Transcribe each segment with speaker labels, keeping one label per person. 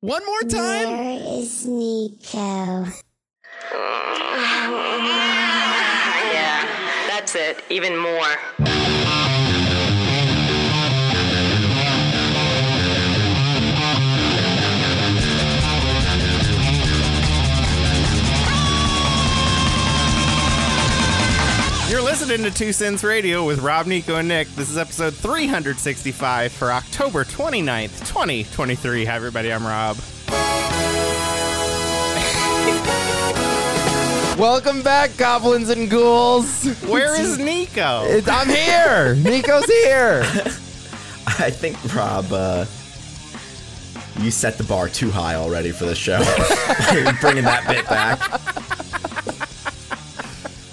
Speaker 1: One more time.
Speaker 2: Where is Nico?
Speaker 3: Yeah, that's it. Even more.
Speaker 1: You're listening to Two Cents Radio with Rob, Nico, and Nick. This is episode 365 for October 29th, 2023. Hi, everybody. I'm Rob.
Speaker 4: Welcome back, goblins and ghouls.
Speaker 1: Where is Nico?
Speaker 4: It's- I'm here. Nico's here.
Speaker 5: I think Rob, uh, you set the bar too high already for this show. Bringing that bit back.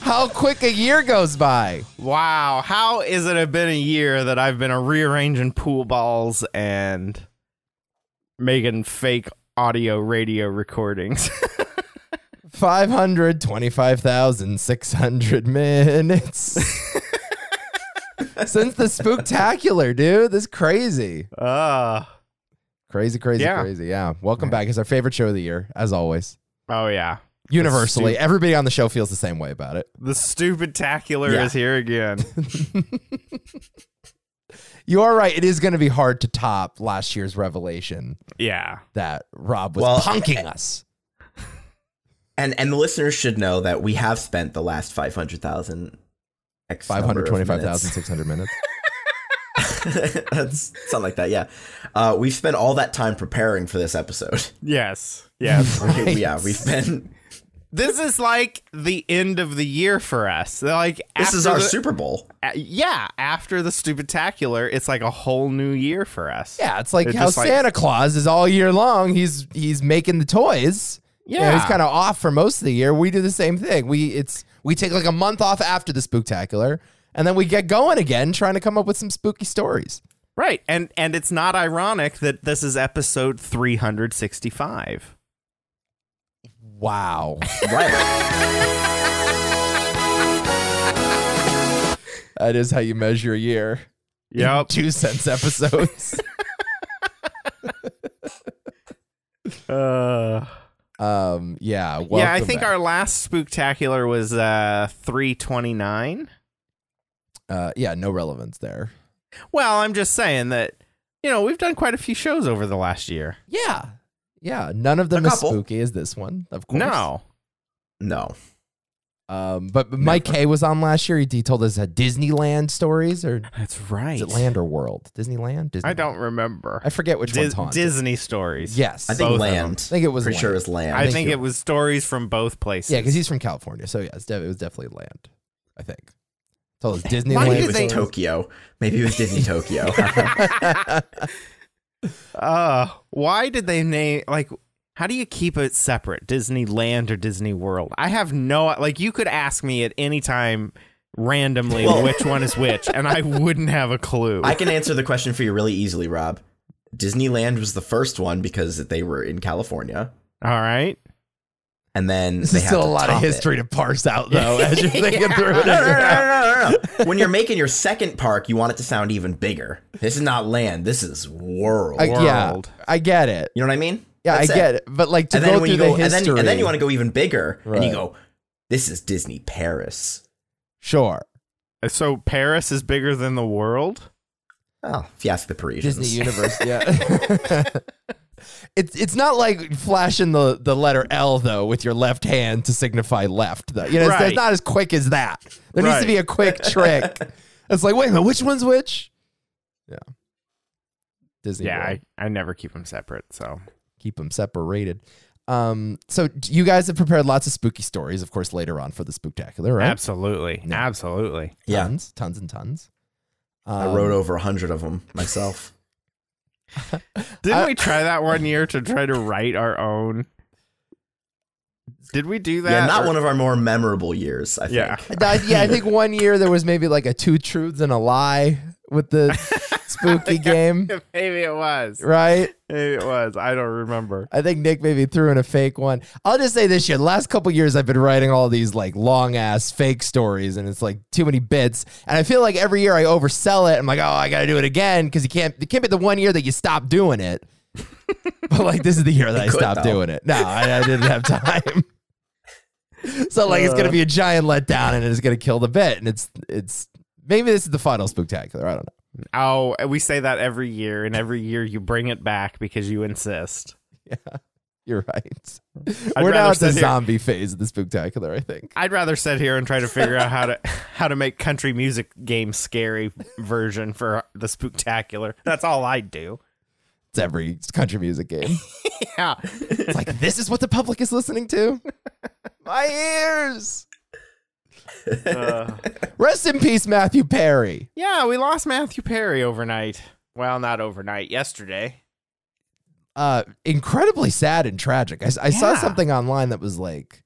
Speaker 4: How quick a year goes by.
Speaker 1: Wow. How is it have been a year that I've been a rearranging pool balls and making fake audio radio recordings?
Speaker 4: 525,600 minutes. Since the spooktacular, dude. This is crazy.
Speaker 1: uh,
Speaker 4: Ah. Crazy, crazy,
Speaker 1: Yeah.
Speaker 4: crazy. Yeah. Welcome back. It's our favorite show of the year, as always.
Speaker 1: oh, yeah.
Speaker 4: Universally, everybody on the show feels the same way about it.
Speaker 1: The stupid tacular
Speaker 5: Yeah.
Speaker 1: is here again.
Speaker 4: You are right. It is going to be hard to top last year's revelation
Speaker 1: yeah.
Speaker 4: that Rob was
Speaker 5: Well,
Speaker 4: punking us.
Speaker 5: And and the listeners should know that we have spent the last five hundred thousand.
Speaker 4: 525,600 minutes.
Speaker 5: That's something like that, yeah. Uh, we've spent all that time preparing for this episode.
Speaker 1: Yes. Yes.
Speaker 4: Right.
Speaker 5: yeah, we've been.
Speaker 1: this is like the end of the year for us. Like
Speaker 5: This
Speaker 1: after
Speaker 5: is our
Speaker 1: the-
Speaker 5: Super Bowl.
Speaker 1: uh, yeah, after the Stupitacular, it's like a whole new year for us.
Speaker 4: Yeah, it's like
Speaker 1: It's
Speaker 4: how
Speaker 1: just like-
Speaker 4: Santa Claus is all year long. He's he's making the toys. You know, he's
Speaker 1: Yeah.
Speaker 4: kind of off for most of the year. We do the same thing. We it's we take like a month off after the spooktacular, and then we get going again, trying to come up with some spooky stories.
Speaker 1: Right. And and it's not ironic that this is episode 365.
Speaker 4: Wow,
Speaker 5: Right.
Speaker 4: that is how you measure a year.
Speaker 1: Yep.
Speaker 4: Two cents episodes.
Speaker 1: uh,
Speaker 4: um, yeah, welcome
Speaker 1: yeah, I think
Speaker 4: back.
Speaker 1: our last Spooktacular was uh 329.
Speaker 4: uh, yeah, no relevance there.
Speaker 1: Well, I'm just saying that you know, we've done quite a few shows over the last year.
Speaker 4: Yeah, yeah, none of them
Speaker 5: A
Speaker 4: as
Speaker 5: couple.
Speaker 4: spooky as this one, of course.
Speaker 1: No.
Speaker 5: no.
Speaker 4: Um, but but Mike Kay was on last year. He, he told us uh, Disneyland stories, or
Speaker 1: That's right.
Speaker 4: is it Land or World? Disneyland? Disney.
Speaker 1: I don't remember.
Speaker 4: I forget which
Speaker 1: Dis-
Speaker 4: one's haunted.
Speaker 1: Disney stories.
Speaker 4: Yes,
Speaker 5: I think
Speaker 1: Both of them.
Speaker 5: land.
Speaker 4: I think it was
Speaker 5: Pretty
Speaker 4: land.
Speaker 5: sure it was land.
Speaker 1: I
Speaker 4: Thank
Speaker 1: think
Speaker 4: you.
Speaker 1: it was stories from both places.
Speaker 4: yeah, because he's from California, so yeah, it's de- it was definitely Land. I think. Told us Disneyland.
Speaker 1: Why
Speaker 5: Maybe
Speaker 1: did
Speaker 5: it was
Speaker 1: they-
Speaker 4: stories.
Speaker 5: Tokyo. Maybe it was Disney Tokyo.
Speaker 1: Uh, why did they name like? How do you keep it separate, Disneyland or Disney World? I have no like. You could ask me at any time randomly
Speaker 5: Well-
Speaker 1: which one is which, and I wouldn't have a clue.
Speaker 5: I can answer the question for you really easily, Rob. Disneyland was the first one because they were in California,
Speaker 1: All right.
Speaker 5: and then
Speaker 4: This
Speaker 5: they
Speaker 4: is
Speaker 5: had
Speaker 4: still a
Speaker 5: to
Speaker 4: lot of
Speaker 5: top it.
Speaker 4: history to parse out, though, as you're thinking through
Speaker 5: No, no, no,
Speaker 4: it.
Speaker 5: no, no, no, no. when you're making your second park, you want it to sound even bigger. This is not land. This is world.
Speaker 4: I,
Speaker 5: you
Speaker 4: yeah,
Speaker 1: World.
Speaker 4: I get it.
Speaker 5: know what I mean?
Speaker 4: Yeah,
Speaker 5: That's
Speaker 4: I get it. But like to
Speaker 5: And
Speaker 4: go
Speaker 5: then when
Speaker 4: through
Speaker 5: you
Speaker 4: the
Speaker 5: go, and
Speaker 4: history,
Speaker 5: then, and then you want to go even bigger, and you
Speaker 4: Right.
Speaker 5: go, "This is Disney Paris."
Speaker 4: sure
Speaker 1: So Paris is bigger than the world.
Speaker 5: Oh, if you ask the Parisians,
Speaker 4: Disney Universe. Yeah. It's, it's not like flashing the, the letter L though with your left hand to signify left though. You know, it's- it's,
Speaker 1: Right.
Speaker 4: not as quick as that. There needs
Speaker 1: Right.
Speaker 4: to be a quick trick. It's like, wait a minute, which one's which? Yeah. Disney.
Speaker 1: Yeah,
Speaker 4: World.
Speaker 1: I, I never keep them separate. So
Speaker 4: keep them separated. Um, so d- you guys have prepared lots of spooky stories, of course, later on for the spooktacular, right?
Speaker 1: absolutely, absolutely.
Speaker 5: yeah,
Speaker 4: Tons, tons and tons.
Speaker 5: I
Speaker 4: Um,
Speaker 5: wrote over a hundred of them myself.
Speaker 1: Didn't
Speaker 4: I-
Speaker 1: we try that one year to try to write our own? Did we do that?
Speaker 5: yeah, not
Speaker 1: or-
Speaker 5: one of our more memorable years. I think.
Speaker 1: Yeah.
Speaker 4: I- yeah, I think one year there was maybe like a two truths and a lie with the spooky game,
Speaker 1: Maybe it was.
Speaker 4: right?
Speaker 1: Maybe it was. I don't remember.
Speaker 4: I think Nick maybe threw in a fake one. I'll just say this year, the last couple years I've been writing all these like long ass fake stories and it's like too many bits. And I feel like every year I oversell it. I'm like, oh, I gotta do it again because you can't it can't be the one year that you stop doing it. but like this is the year that I
Speaker 5: could,
Speaker 4: stopped
Speaker 5: though.
Speaker 4: doing it. No, I, I didn't have time. so like
Speaker 1: Uh.
Speaker 4: it's gonna be a giant letdown, and it's gonna kill the bet. And it's it's maybe this is the final spectacular. I don't know.
Speaker 1: Oh, we say that every year, and every year you bring it back because you insist.
Speaker 4: You're right.
Speaker 1: I'd
Speaker 4: We're now
Speaker 1: rather
Speaker 4: at the
Speaker 1: sit here-
Speaker 4: zombie phase of the spectacular. I think.
Speaker 1: I'd rather sit here and try to figure out how to how to make country music game scary version for the spooktacular. That's all I do.
Speaker 4: It's every country music game.
Speaker 1: Yeah.
Speaker 4: It's like this is what the public is listening to. My ears.
Speaker 1: Uh,
Speaker 4: Rest in peace, Matthew Perry.
Speaker 1: yeah, we lost Matthew Perry overnight. Well, not overnight, yesterday.
Speaker 4: uh, incredibly sad and tragic. I, I saw
Speaker 1: Yeah.
Speaker 4: something online that was like,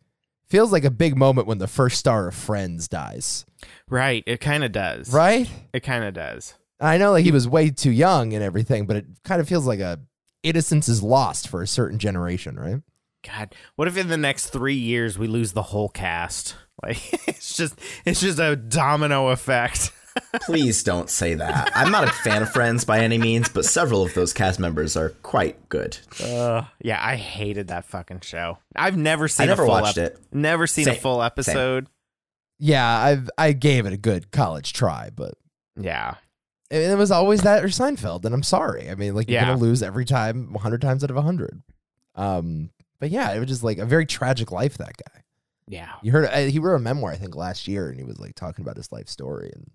Speaker 4: feels like a big moment when the first star of Friends dies,
Speaker 1: Right, it kind of does.
Speaker 4: right?
Speaker 1: It kind of does.
Speaker 4: And I know like he was way too young and everything, but it kind of feels like a innocence is lost for a certain generation, right?
Speaker 1: God, what if in the next three years we lose the whole cast? Like it's just it's just a domino effect.
Speaker 5: Please don't say that. I'm not a fan of Friends by any means, but several of those cast members are quite good.
Speaker 1: Uh, yeah, I hated that fucking show. I've never seen.
Speaker 5: never
Speaker 1: a full
Speaker 5: watched it.
Speaker 1: Never seen a
Speaker 5: Same.
Speaker 1: full episode.
Speaker 4: Yeah, I I gave it a good college try, but
Speaker 1: Yeah,
Speaker 4: and it was always that or Seinfeld, and I'm sorry. I mean, like you're
Speaker 1: Yeah.
Speaker 4: gonna lose every time, 100 times out of 100. Um, but yeah, it was just like a very tragic life that guy.
Speaker 1: yeah.
Speaker 4: You heard uh, he wrote a memoir, I think, last year, and he was like talking about his life story. And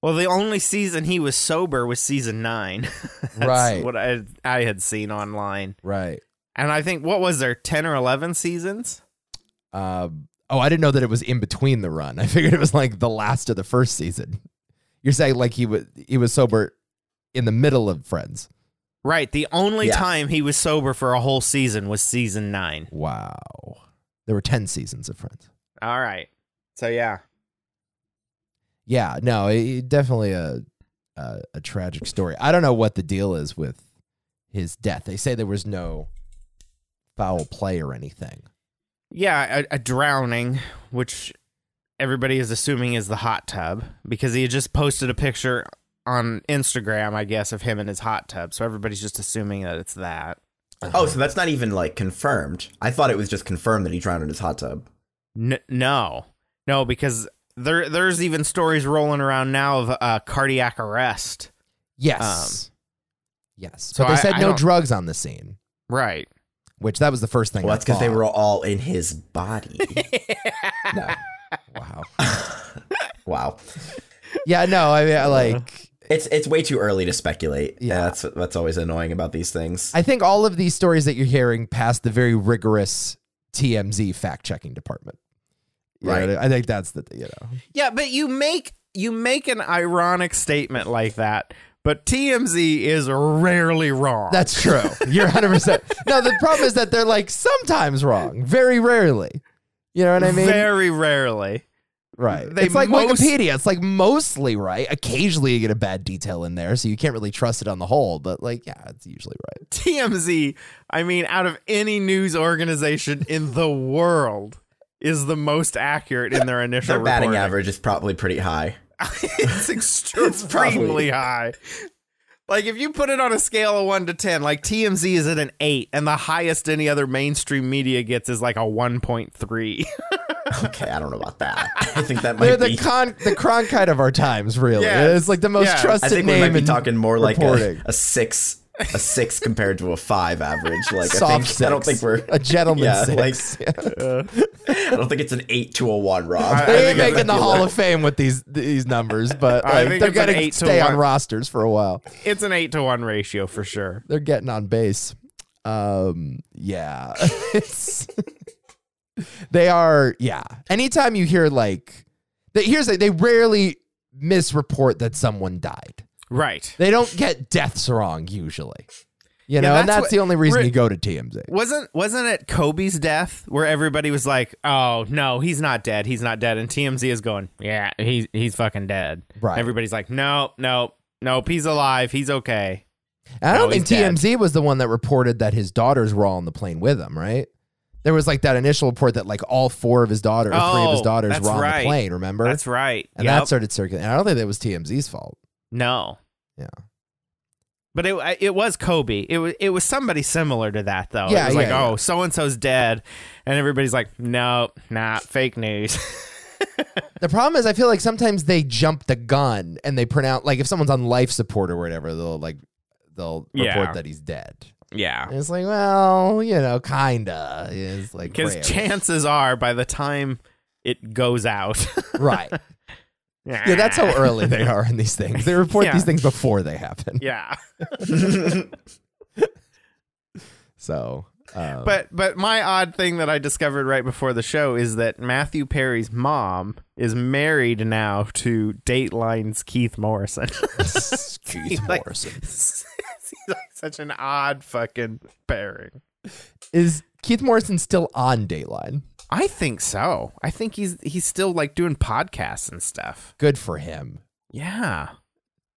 Speaker 1: Well, the only season he was sober was season nine. That's
Speaker 4: Right.
Speaker 1: What I I had seen online,
Speaker 4: right.
Speaker 1: and I think what was there ten or eleven seasons?
Speaker 4: Um, oh, I didn't know that it was in between the run. I figured it was like the last of the first season. You're saying like he was he was sober in the middle of Friends.
Speaker 1: Right. The only
Speaker 5: Yeah.
Speaker 1: time he was sober for a whole season was season nine.
Speaker 4: Wow, there were ten seasons of Friends.
Speaker 1: All right. So yeah.
Speaker 4: Yeah, no, it, it definitely a, a a tragic story. I don't know what the deal is with his death. They say there was no foul play or anything.
Speaker 1: Yeah, a, a drowning, which everybody is assuming is the hot tub because he had just posted a picture on Instagram, I guess, of him in his hot tub. So everybody's just assuming that it's that.
Speaker 5: Oh, so that's not even like confirmed. I thought it was just confirmed that he drowned in his hot tub.
Speaker 1: N- no, no, because there there's even stories rolling around now of uh, cardiac arrest.
Speaker 4: Yes. Um, yes.
Speaker 1: so
Speaker 4: but they
Speaker 1: I-
Speaker 4: said
Speaker 1: I
Speaker 4: no
Speaker 1: don't-
Speaker 4: drugs on the scene,
Speaker 1: Right.
Speaker 4: which that was the first thing.
Speaker 5: Well,
Speaker 4: I
Speaker 5: that's because they
Speaker 4: thought.
Speaker 5: were all in his body. no.
Speaker 4: Wow.
Speaker 5: Wow.
Speaker 4: yeah. No. I mean, I like.
Speaker 5: It's it's way too early to speculate.
Speaker 4: Yeah.
Speaker 5: Yeah, that's that's always annoying about these things.
Speaker 4: I think all of these stories that you're hearing pass the very rigorous TMZ fact checking department. You know
Speaker 5: Right.
Speaker 4: what I I think that's the you know.
Speaker 1: Yeah, but you make you make an ironic statement like that, but TMZ is rarely wrong.
Speaker 4: That's true. You're 100. percent No, the problem is that they're like sometimes wrong, very rarely. You know what I mean?
Speaker 1: very rarely.
Speaker 4: right.
Speaker 1: they
Speaker 4: it's like
Speaker 1: most-
Speaker 4: Wikipedia. It's like mostly right. Occasionally you get a bad detail in there, so you can't really trust it on the whole. But like, yeah, it's usually right.
Speaker 1: TMZ, I mean, out of any news organization in the world, is the most accurate in their initial
Speaker 5: Their batting
Speaker 1: reporting.
Speaker 5: average is probably pretty high.
Speaker 1: it's extremely
Speaker 5: probably-
Speaker 1: high. Like if you put it on a scale of one to ten, like TMZ is at an eight, and the highest any other mainstream media gets is like a one point three.
Speaker 5: Okay, I don't know about that. I think that
Speaker 4: They're
Speaker 5: might
Speaker 4: the
Speaker 5: be.
Speaker 4: con the Cronkite of our times, really.
Speaker 1: Yes.
Speaker 4: It's like the most
Speaker 1: Yeah. I
Speaker 4: trusted
Speaker 5: I think we
Speaker 4: name.
Speaker 5: might be
Speaker 4: in
Speaker 5: talking more like
Speaker 4: reporting.
Speaker 5: a, a six, a six compared to a five average. Like
Speaker 4: soft
Speaker 5: I think
Speaker 4: six.
Speaker 5: I don't think we're.
Speaker 4: a gentleman
Speaker 5: Yeah,
Speaker 4: six.
Speaker 5: like uh, I don't think it's an eight to a one, Rob.
Speaker 1: I-
Speaker 4: they
Speaker 1: I
Speaker 4: ain't
Speaker 1: think
Speaker 4: making the Hall of Fame with these these numbers, but
Speaker 1: I
Speaker 4: like,
Speaker 1: think
Speaker 4: they're
Speaker 1: it's an
Speaker 4: gonna
Speaker 1: eight to
Speaker 4: stay on
Speaker 1: one.
Speaker 4: rosters for a while.
Speaker 1: It's an eight to one ratio for sure.
Speaker 4: They're getting on base. Um, yeah, It's- they are. Yeah, anytime you hear like, they, here's the, they rarely misreport that someone died.
Speaker 1: Right.
Speaker 4: They don't get deaths wrong usually. You
Speaker 1: Yeah,
Speaker 4: know, and
Speaker 1: that's
Speaker 4: that's
Speaker 1: what-
Speaker 4: the only reason
Speaker 1: Ri-
Speaker 4: you go to TMZ.
Speaker 1: Wasn't wasn't it Kobe's death where everybody was like, "Oh no, he's not dead. He's not dead." And TMZ is going, "Yeah, he's he's fucking dead."
Speaker 4: Right.
Speaker 1: Everybody's like, "No, no, nope. He's alive. He's okay."
Speaker 4: And I
Speaker 1: No,
Speaker 4: don't think
Speaker 1: he's dead.
Speaker 4: TMZ was the one that reported that his daughters were all on the plane with him, right? There was like that initial report that like all four of his daughters, or three of his
Speaker 1: Oh,
Speaker 4: daughters
Speaker 1: that's
Speaker 4: were on the
Speaker 1: right.
Speaker 4: plane, remember?
Speaker 1: That's right.
Speaker 4: and
Speaker 1: Yep.
Speaker 4: that started circulating. And I don't think that was TMZ's fault.
Speaker 1: no.
Speaker 4: Yeah.
Speaker 1: But it I- it was Kobe. It was it was somebody similar to that though. it
Speaker 4: Yeah,
Speaker 1: was like,
Speaker 4: yeah, yeah.
Speaker 1: oh, so and so's dead, and everybody's like, no, nah, fake news.
Speaker 4: The problem is, I feel like sometimes they jump the gun and they pronounce like if someone's on life support or whatever, they'll like they'll
Speaker 1: Yeah. Ah.
Speaker 4: report that he's dead.
Speaker 1: yeah,
Speaker 4: And it's like, well, you know, kinda. It's like
Speaker 1: because
Speaker 4: rare.
Speaker 1: chances are by the time it goes out,
Speaker 4: right? Yeah, that's how early they are in these things. They report
Speaker 1: Yeah.
Speaker 4: these things before they happen.
Speaker 1: yeah.
Speaker 4: So, um,
Speaker 1: But but my odd thing that I discovered right before the show is that Matthew Perry's mom is married now to Dateline's Keith Morrison.
Speaker 4: Keith
Speaker 1: like-
Speaker 4: Morrison
Speaker 1: He's like such an odd fucking pairing.
Speaker 4: is Keith Morrison still on Dateline?
Speaker 1: I think so. I think he's he's still like doing podcasts and stuff.
Speaker 4: Good for him.
Speaker 1: Yeah.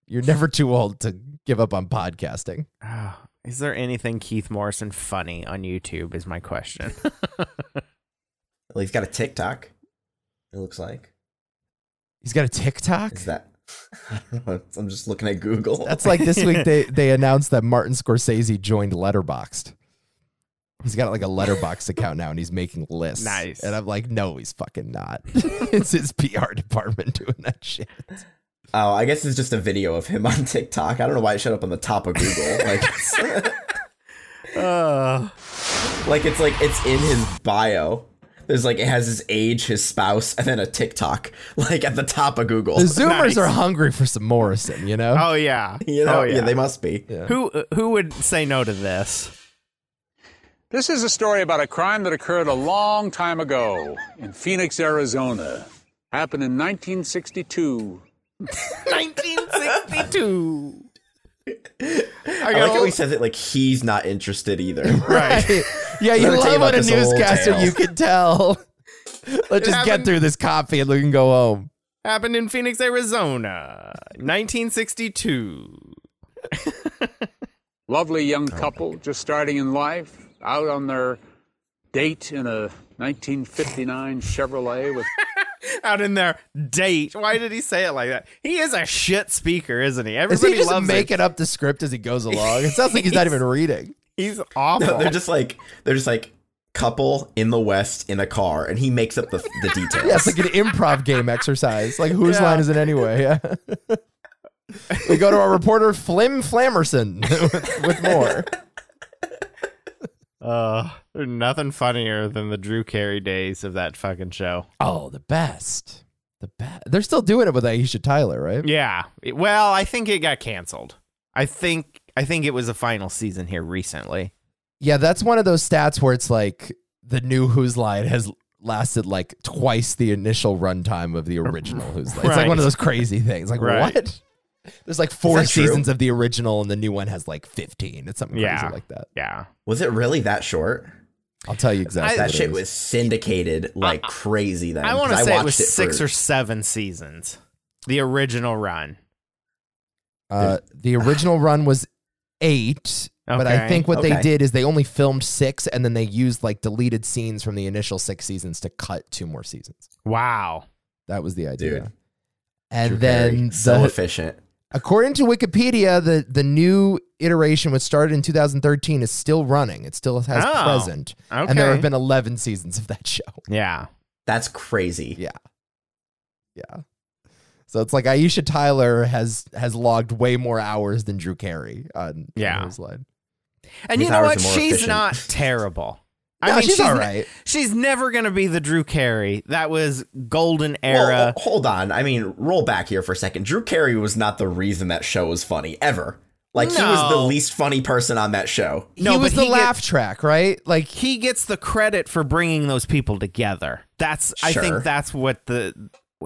Speaker 4: You're never too old to give up on podcasting.
Speaker 1: Ah, is there anything Keith Morrison funny on YouTube? Is my question.
Speaker 5: Well, he's got a TikTok. It looks like.
Speaker 4: He's got a TikTok.
Speaker 5: Is that? I don't know. I'm just looking at Google.
Speaker 4: That's like this week they they announced that Martin Scorsese joined Letterboxd. He's got like a Letterboxd account now, and he's making lists.
Speaker 1: Nice.
Speaker 4: And I'm like, no, he's fucking not. it's his PR department doing that shit.
Speaker 5: oh, I guess it's just a video of him on TikTok. I don't know why it showed up on the top of Google. Like, it's,
Speaker 1: uh,
Speaker 5: like it's like it's in his bio. There's like it has his age, his spouse, and then a TikTok. Like at the top of Google.
Speaker 4: The Zoomers
Speaker 1: Nice.
Speaker 4: are hungry for some Morrison, you know.
Speaker 1: oh yeah.
Speaker 5: You know?
Speaker 1: oh
Speaker 5: yeah.
Speaker 1: yeah.
Speaker 5: they must be.
Speaker 1: who uh, who would say no to this?
Speaker 6: This is a story about a crime that occurred a long time ago in Phoenix, Arizona. Happened in 1962.
Speaker 1: 1962. I
Speaker 5: I
Speaker 1: got
Speaker 5: like how
Speaker 1: a
Speaker 5: he says it like he's not interested either.
Speaker 1: right.
Speaker 4: yeah, you
Speaker 5: Oh, Let me tell you
Speaker 4: love
Speaker 5: about
Speaker 4: when a
Speaker 5: this old
Speaker 4: newscaster
Speaker 5: tale.
Speaker 4: you can tell. Let's just get
Speaker 1: happened-
Speaker 4: through this coffee and we can go home.
Speaker 1: Happened in Phoenix, Arizona, 1962.
Speaker 6: Lovely young couple just starting in life, out on their date in a 1959 Chevrolet with
Speaker 1: Out in there, date. Why did he say it like that? He is a shit speaker, isn't he?
Speaker 4: Is
Speaker 1: Everybody
Speaker 4: he just
Speaker 1: loves
Speaker 4: making
Speaker 1: it.
Speaker 4: up the script as he goes along? It sounds like he's not even reading.
Speaker 1: He's awful.
Speaker 5: No, they're just like they're just like couple in the west in a car, and he makes up the the details.
Speaker 4: Yeah, it's like an improv game exercise. Like whose
Speaker 1: Yeah.
Speaker 4: line is it anyway? Yeah. we go to our reporter Flim Flammerson with, with more.
Speaker 1: uh, there's nothing funnier than the Drew Carey days of that fucking show.
Speaker 4: Oh, the best. The best. They're still doing it with Aisha Tyler, right?
Speaker 1: Yeah. It- well, I think it got canceled. I think I think it was the final season here recently.
Speaker 4: Yeah, that's one of those stats where it's like the new Who's Line has lasted like twice the initial runtime of the original Who's Line. It's like
Speaker 1: Right.
Speaker 4: one of those crazy things. Like
Speaker 1: Right.
Speaker 4: what? There's like four
Speaker 5: that true?
Speaker 4: seasons of the original, and the new one has like fifteen. It's something
Speaker 1: Yeah.
Speaker 4: crazy like that.
Speaker 1: Yeah.
Speaker 5: Was it really that short?
Speaker 4: I'll tell you exactly.
Speaker 5: That
Speaker 4: what it
Speaker 5: shit
Speaker 4: is.
Speaker 5: was syndicated like crazy. Then
Speaker 1: I want to
Speaker 5: 'cause
Speaker 1: say it
Speaker 5: watched
Speaker 1: was six
Speaker 5: for-
Speaker 1: or seven seasons. The original run.
Speaker 4: Uh, the original run was eight, but I
Speaker 1: Okay.
Speaker 4: think what they
Speaker 5: Okay.
Speaker 4: did is they only filmed six, and then they used like deleted scenes from the initial six seasons to cut two more seasons.
Speaker 1: Wow.
Speaker 4: That was the idea.
Speaker 5: Dude.
Speaker 4: And
Speaker 5: Very-
Speaker 4: then,
Speaker 5: so
Speaker 4: the,
Speaker 5: efficient.
Speaker 4: according to Wikipedia, the the new iteration, which started in 2013, is still running. It still has
Speaker 1: Oh,
Speaker 4: present,
Speaker 1: Okay.
Speaker 4: and there have been 11 seasons of that show.
Speaker 1: yeah.
Speaker 5: That's crazy.
Speaker 4: Yeah. Yeah. So it's like Aisha Tyler has has logged way more hours than Drew Carey on
Speaker 1: Yeah.
Speaker 4: on his line.
Speaker 1: And
Speaker 5: His
Speaker 1: you know
Speaker 5: hours
Speaker 1: what?
Speaker 5: are more
Speaker 1: She's
Speaker 5: efficient.
Speaker 1: not terrible.
Speaker 4: No, she's all
Speaker 1: ne-
Speaker 4: right.
Speaker 1: she's never going to be the Drew Carey. That was golden
Speaker 5: Well,
Speaker 1: era.
Speaker 5: ho- hold on. I mean, roll back here for a second. Drew Carey was not the reason that show was funny ever. Like he was the
Speaker 1: No.
Speaker 5: least funny person on that show.
Speaker 1: no,
Speaker 4: he was
Speaker 1: but
Speaker 4: the
Speaker 1: he
Speaker 4: laugh
Speaker 1: Gets,
Speaker 4: track, right? Like
Speaker 1: he gets the credit for bringing those people together. That's I
Speaker 5: Sure.
Speaker 1: think that's what the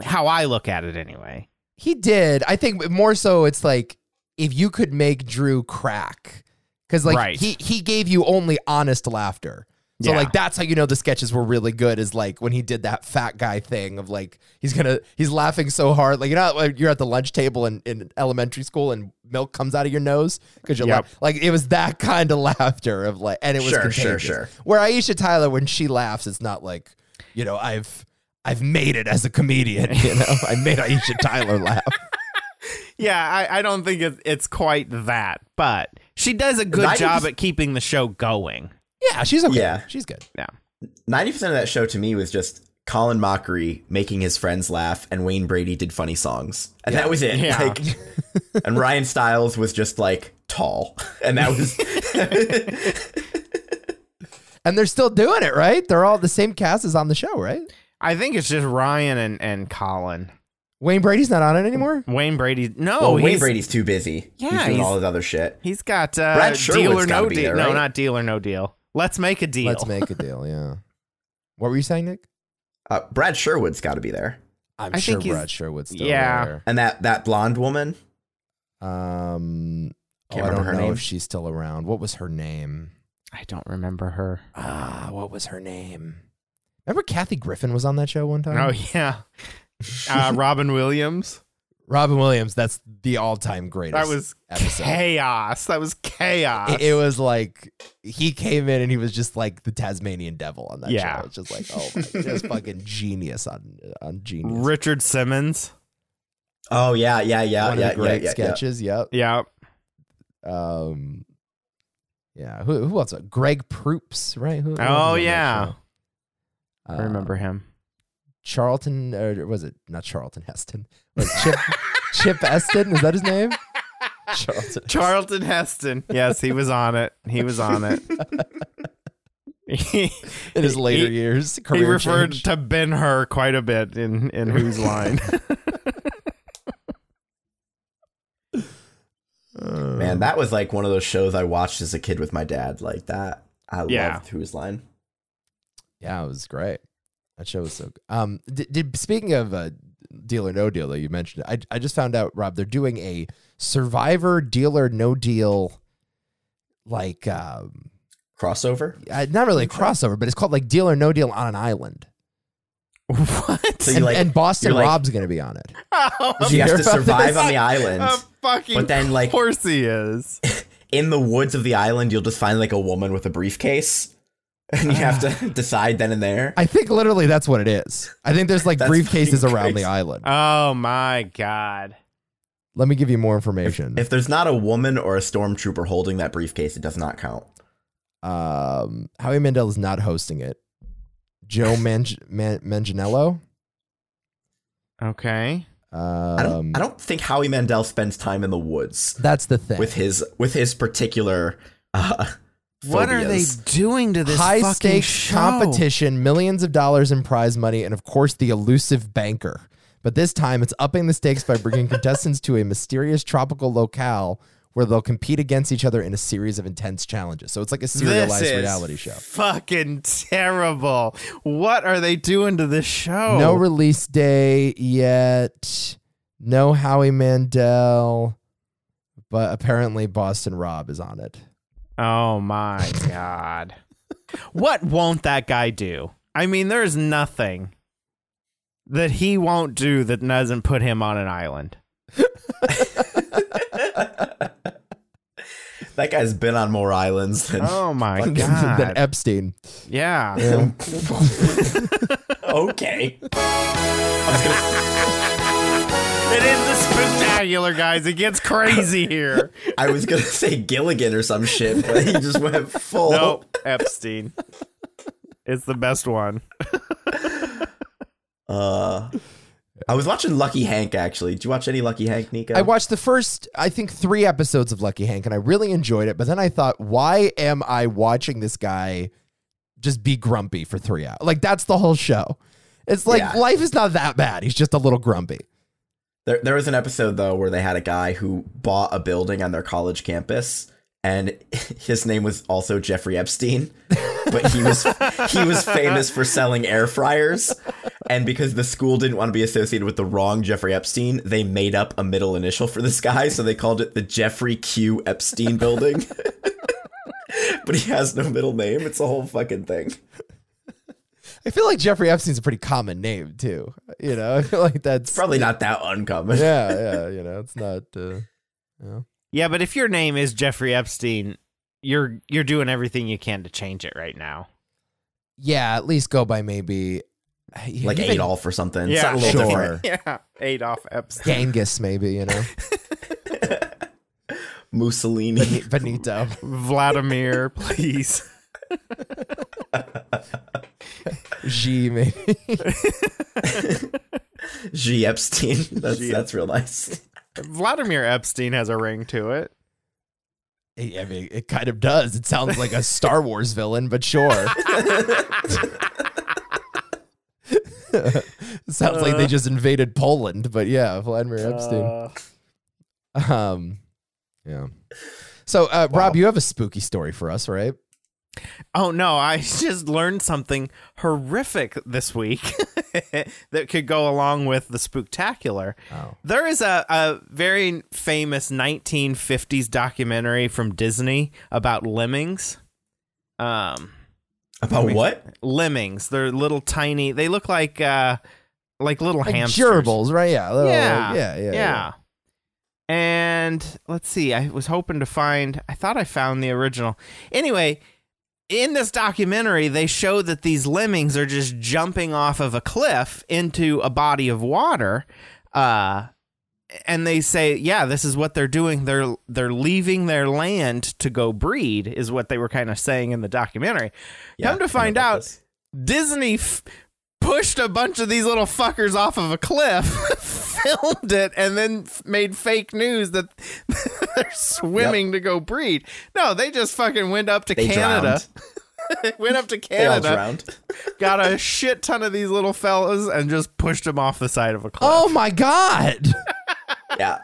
Speaker 1: how I look at it anyway.
Speaker 4: he did. I think more so it's like if you could make Drew crack. Cause like
Speaker 1: Right.
Speaker 4: he he gave you only honest laughter. So
Speaker 1: Yeah.
Speaker 4: like that's how you know the sketches were really good is like when he did that fat guy thing of like he's gonna he's laughing so hard like you know when you're at the lunch table in, in elementary school and milk comes out of your nose because you're
Speaker 1: Yep.
Speaker 4: laugh- like it was that kind of laughter of like and it was
Speaker 5: Sure,
Speaker 4: contagious.
Speaker 5: sure, sure.
Speaker 4: Where Aisha Tyler when she laughs it's not like you know I've I've made it as a comedian you know I made Aisha Tyler laugh
Speaker 1: yeah, I, I don't think it, it's quite that, but she does a good
Speaker 5: 90%
Speaker 1: job at keeping the show going.
Speaker 4: Yeah, she's okay.
Speaker 5: Yeah.
Speaker 4: She's good.
Speaker 1: Yeah.
Speaker 5: 90% of that show to me was just Colin Mockery making his friends laugh and Wayne Brady did funny songs. And that was it.
Speaker 1: Yeah.
Speaker 5: Like, and Ryan Stiles was just like tall. And that was
Speaker 4: And they're still doing it, right? They're all the same cast as on the show, right?
Speaker 1: I think it's just Ryan and, and Colin.
Speaker 4: Wayne Brady's not on it anymore.
Speaker 1: Wayne Brady. No,
Speaker 5: well, Wayne
Speaker 1: Oh, he's-
Speaker 5: Brady's too busy.
Speaker 1: Yeah,
Speaker 5: he's doing
Speaker 1: he's-
Speaker 5: all his other shit.
Speaker 1: He's got uh,
Speaker 5: Brad Sherwood's
Speaker 1: deal or
Speaker 5: gotta
Speaker 1: no
Speaker 5: be
Speaker 1: deal.
Speaker 5: there,
Speaker 1: No,
Speaker 5: right?
Speaker 1: not deal or no deal. Let's make a deal.
Speaker 4: Let's make a deal. Yeah. What were you saying, Nick?
Speaker 5: Uh, Brad Sherwood's got to be there.
Speaker 4: I'm
Speaker 1: I
Speaker 4: sure
Speaker 1: think he's-
Speaker 4: Brad Sherwood's still
Speaker 1: Yeah.
Speaker 4: there.
Speaker 5: And that that blonde woman,
Speaker 4: Um, oh,
Speaker 5: Can't
Speaker 4: I don't
Speaker 5: remember her
Speaker 4: know
Speaker 5: name.
Speaker 4: if she's still around. What was her name?
Speaker 1: I don't remember her.
Speaker 4: Ah, what was her name? Remember Kathy Griffin was on that show one time?
Speaker 1: Oh yeah, uh, Robin Williams.
Speaker 4: Robin Williams. That's the all-time greatest.
Speaker 1: That was
Speaker 4: episode.
Speaker 1: chaos. That was chaos.
Speaker 4: It, it was like he came in and he was just like the Tasmanian devil on that
Speaker 1: Yeah.
Speaker 4: show. It's just like, oh, my, just fucking genius on on genius.
Speaker 1: Richard Simmons.
Speaker 5: Oh yeah, yeah, yeah,
Speaker 4: One
Speaker 5: yeah,
Speaker 4: of the great
Speaker 5: yeah, yeah,
Speaker 4: sketches. Yep.
Speaker 1: Yeah,
Speaker 4: Um, yeah. Who, who else? Greg Proops, right? Who, who else was
Speaker 1: Oh,
Speaker 4: on that
Speaker 1: yeah.
Speaker 4: show? Uh,
Speaker 1: I remember him.
Speaker 4: Charlton, or was it not Charlton Heston? Was it Chip Chip Eston? Is that his name? Charlton.
Speaker 1: Charlton Heston. Yes, he was on it. He was on it. he,
Speaker 4: in his later
Speaker 1: he-
Speaker 4: years,
Speaker 1: he
Speaker 4: career
Speaker 1: referred
Speaker 4: change.
Speaker 1: to Ben Hur quite a bit in in Who's Line.
Speaker 5: yeah. Man, that was like one of those shows I watched as a kid with my dad. Like that, I
Speaker 1: Yeah.
Speaker 5: loved Who's Line.
Speaker 4: Yeah, it was great. That show was so. Good. Um, did, did speaking of uh, Deal or No Deal that you mentioned, I I just found out, Rob, they're doing a Survivor Deal or No Deal, like um,
Speaker 5: Crossover.
Speaker 4: uh, not really a crossover, but it's called like Deal or No Deal on an island,
Speaker 1: what?
Speaker 5: So you
Speaker 4: and,
Speaker 5: like
Speaker 4: and Boston
Speaker 5: you're like-
Speaker 4: Rob's gonna be on it.
Speaker 1: Oh,
Speaker 5: you have
Speaker 4: hear
Speaker 5: to
Speaker 4: about
Speaker 5: survive
Speaker 4: this?
Speaker 5: on the island.
Speaker 1: a fucking
Speaker 5: But then, like-
Speaker 1: horse he is.
Speaker 5: in the woods of the island, you'll just find like a woman with a briefcase, and you have to decide then and there.
Speaker 4: I think literally that's what it is. I think there's like
Speaker 5: That's
Speaker 4: briefcases
Speaker 5: fucking
Speaker 4: around
Speaker 5: crazy.
Speaker 4: the island.
Speaker 1: Oh my god.
Speaker 4: Let me give you more information.
Speaker 5: if there's not a woman or a stormtrooper holding that briefcase, it does not count.
Speaker 4: um, Howie Mandel is not hosting it. Joe Man- Man- Manganiello.
Speaker 1: Okay.
Speaker 4: Um,
Speaker 5: I don't. I don't think Howie Mandel spends time in the woods
Speaker 4: That's the thing.
Speaker 5: with his with his particular. Uh,
Speaker 1: What are they
Speaker 5: phobias.
Speaker 1: doing to this
Speaker 4: high
Speaker 1: fucking
Speaker 4: stakes
Speaker 1: show?
Speaker 4: competition, millions of dollars in prize money, and of course the elusive banker. But this time, it's upping the stakes by bringing contestants to a mysterious tropical locale where they'll compete against each other in a series of intense challenges. So it's like a serialized reality show.
Speaker 1: Fucking terrible. What are they doing to this show?
Speaker 4: No release day yet. No Howie Mandel. But apparently, Boston Rob is on it.
Speaker 1: oh my god. what won't that guy do? I mean, there's nothing that he won't do that doesn't put him on an island.
Speaker 5: That guy's been on more islands than
Speaker 1: Oh my
Speaker 5: Fucking-
Speaker 4: then
Speaker 1: god.
Speaker 4: Epstein.
Speaker 1: Yeah.
Speaker 5: okay. I was gonna.
Speaker 1: It is the spectacular, guys. It gets crazy here.
Speaker 5: I was gonna say Gilligan or some shit, but he just went full.
Speaker 1: No, Epstein. It's the best one.
Speaker 5: Uh, I was watching Lucky Hank actually. Did you watch any Lucky Hank, Nico?
Speaker 4: I watched the first, I think, three episodes of Lucky Hank, and I really enjoyed it. But then I thought, why am I watching this guy just be grumpy for three hours? Like that's the whole show. It's like
Speaker 5: Yeah.
Speaker 4: life is not that bad. He's just a little grumpy.
Speaker 5: There, there was an episode though where they had a guy who bought a building on their college campus, and his name was also Jeffrey Epstein, but he was he was famous for selling air fryers, and because the school didn't want to be associated with the wrong Jeffrey Epstein, they made up a middle initial for this guy, so they called it the Jeffrey Q Epstein Building. but he has no middle name. It's a whole fucking thing.
Speaker 4: I feel like Jeffrey Epstein's a pretty common name too. You know, I feel like that's
Speaker 5: Probably not that uncommon.
Speaker 4: yeah, yeah. You know, it's not. Uh,
Speaker 1: Yeah, but if your name is Jeffrey Epstein, you're you're doing everything you can to change it right now.
Speaker 4: yeah, at least go by maybe yeah,
Speaker 5: like
Speaker 4: even
Speaker 5: Adolf or something.
Speaker 1: Yeah.
Speaker 5: Something a little
Speaker 4: Sure.
Speaker 5: different.
Speaker 1: Yeah, Adolf Epstein.
Speaker 4: Genghis, maybe you know
Speaker 5: Mussolini.
Speaker 4: Benito.
Speaker 1: Vladimir, please.
Speaker 4: G maybe.
Speaker 5: G. Epstein. That's, that's real nice.
Speaker 1: Vladimir Epstein has a ring to it.
Speaker 4: I mean, it kind of does. It sounds like a Star Wars villain, but sure. sounds like they just invaded Poland, but yeah, Vladimir Epstein.
Speaker 1: Uh,
Speaker 4: Um, yeah. So, uh, Rob, you have a spooky story for us, right?
Speaker 1: oh no, I just learned something horrific this week that could go along with the spooktacular.
Speaker 4: Oh.
Speaker 1: There is a, a very famous 1950s documentary from Disney about lemmings. Um,
Speaker 5: About what?
Speaker 1: lemmings. They're little tiny. They look like uh, like little
Speaker 4: Like
Speaker 1: hamsters.
Speaker 4: gerbils, right? Yeah,
Speaker 5: Oh,
Speaker 4: little-
Speaker 1: yeah,
Speaker 4: yeah, yeah,
Speaker 1: And let's see, I was hoping to find, I thought I found the original. Anyway, in this documentary, they show that these lemmings are just jumping off of a cliff into a body of water. Uh, and they say, yeah, this is what they're doing. They're they're leaving their land to go breed, is what they were kind of saying in the documentary.
Speaker 5: Yeah,
Speaker 1: Come
Speaker 5: I know
Speaker 1: to find
Speaker 5: about
Speaker 1: out,
Speaker 5: this.
Speaker 1: Disney f- pushed a bunch of these little fuckers off of a cliff, filmed it, and then f- made fake news that they're swimming to go breed. No, they just fucking went up to
Speaker 5: They
Speaker 1: Canada.
Speaker 5: drowned.
Speaker 1: went up to
Speaker 5: They all
Speaker 1: Canada,
Speaker 5: drowned.
Speaker 1: got a shit ton of these little fellas, and just pushed them off the side of a cliff.
Speaker 4: Oh my God!
Speaker 5: Yeah.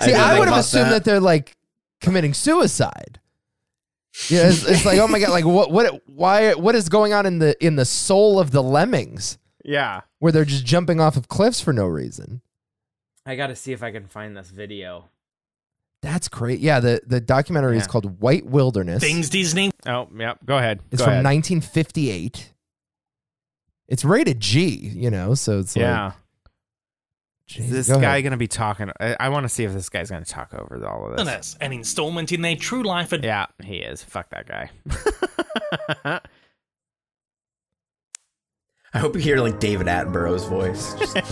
Speaker 4: See,
Speaker 5: didn't
Speaker 4: I,
Speaker 5: think
Speaker 4: would have
Speaker 5: about
Speaker 4: assumed that. they're like committing suicide. Yeah, it's, it's like, oh my God! Like, what, what, why, what is going on in the in the soul of the lemmings?
Speaker 1: Yeah.
Speaker 4: where they're just jumping off of cliffs for no reason.
Speaker 1: I got to see if I can find this video.
Speaker 4: That's great. Yeah, the, the documentary is
Speaker 1: Yeah.
Speaker 4: called White Wilderness.
Speaker 7: Things Disney.
Speaker 1: Oh, yep. Go ahead.
Speaker 4: it's
Speaker 1: Go
Speaker 4: from
Speaker 1: ahead.
Speaker 4: 1958. It's rated G, you know, so it's
Speaker 1: Yeah.
Speaker 4: like Jeez,
Speaker 1: Is this
Speaker 4: go
Speaker 1: guy
Speaker 4: ahead.
Speaker 1: going to be talking? I, I want to see if this guy's going to talk over all of this.
Speaker 7: Wilderness, an installment in their true life adventure.
Speaker 1: Yeah, he is. Fuck that guy.
Speaker 5: I hope you hear like David Attenborough's voice. Just-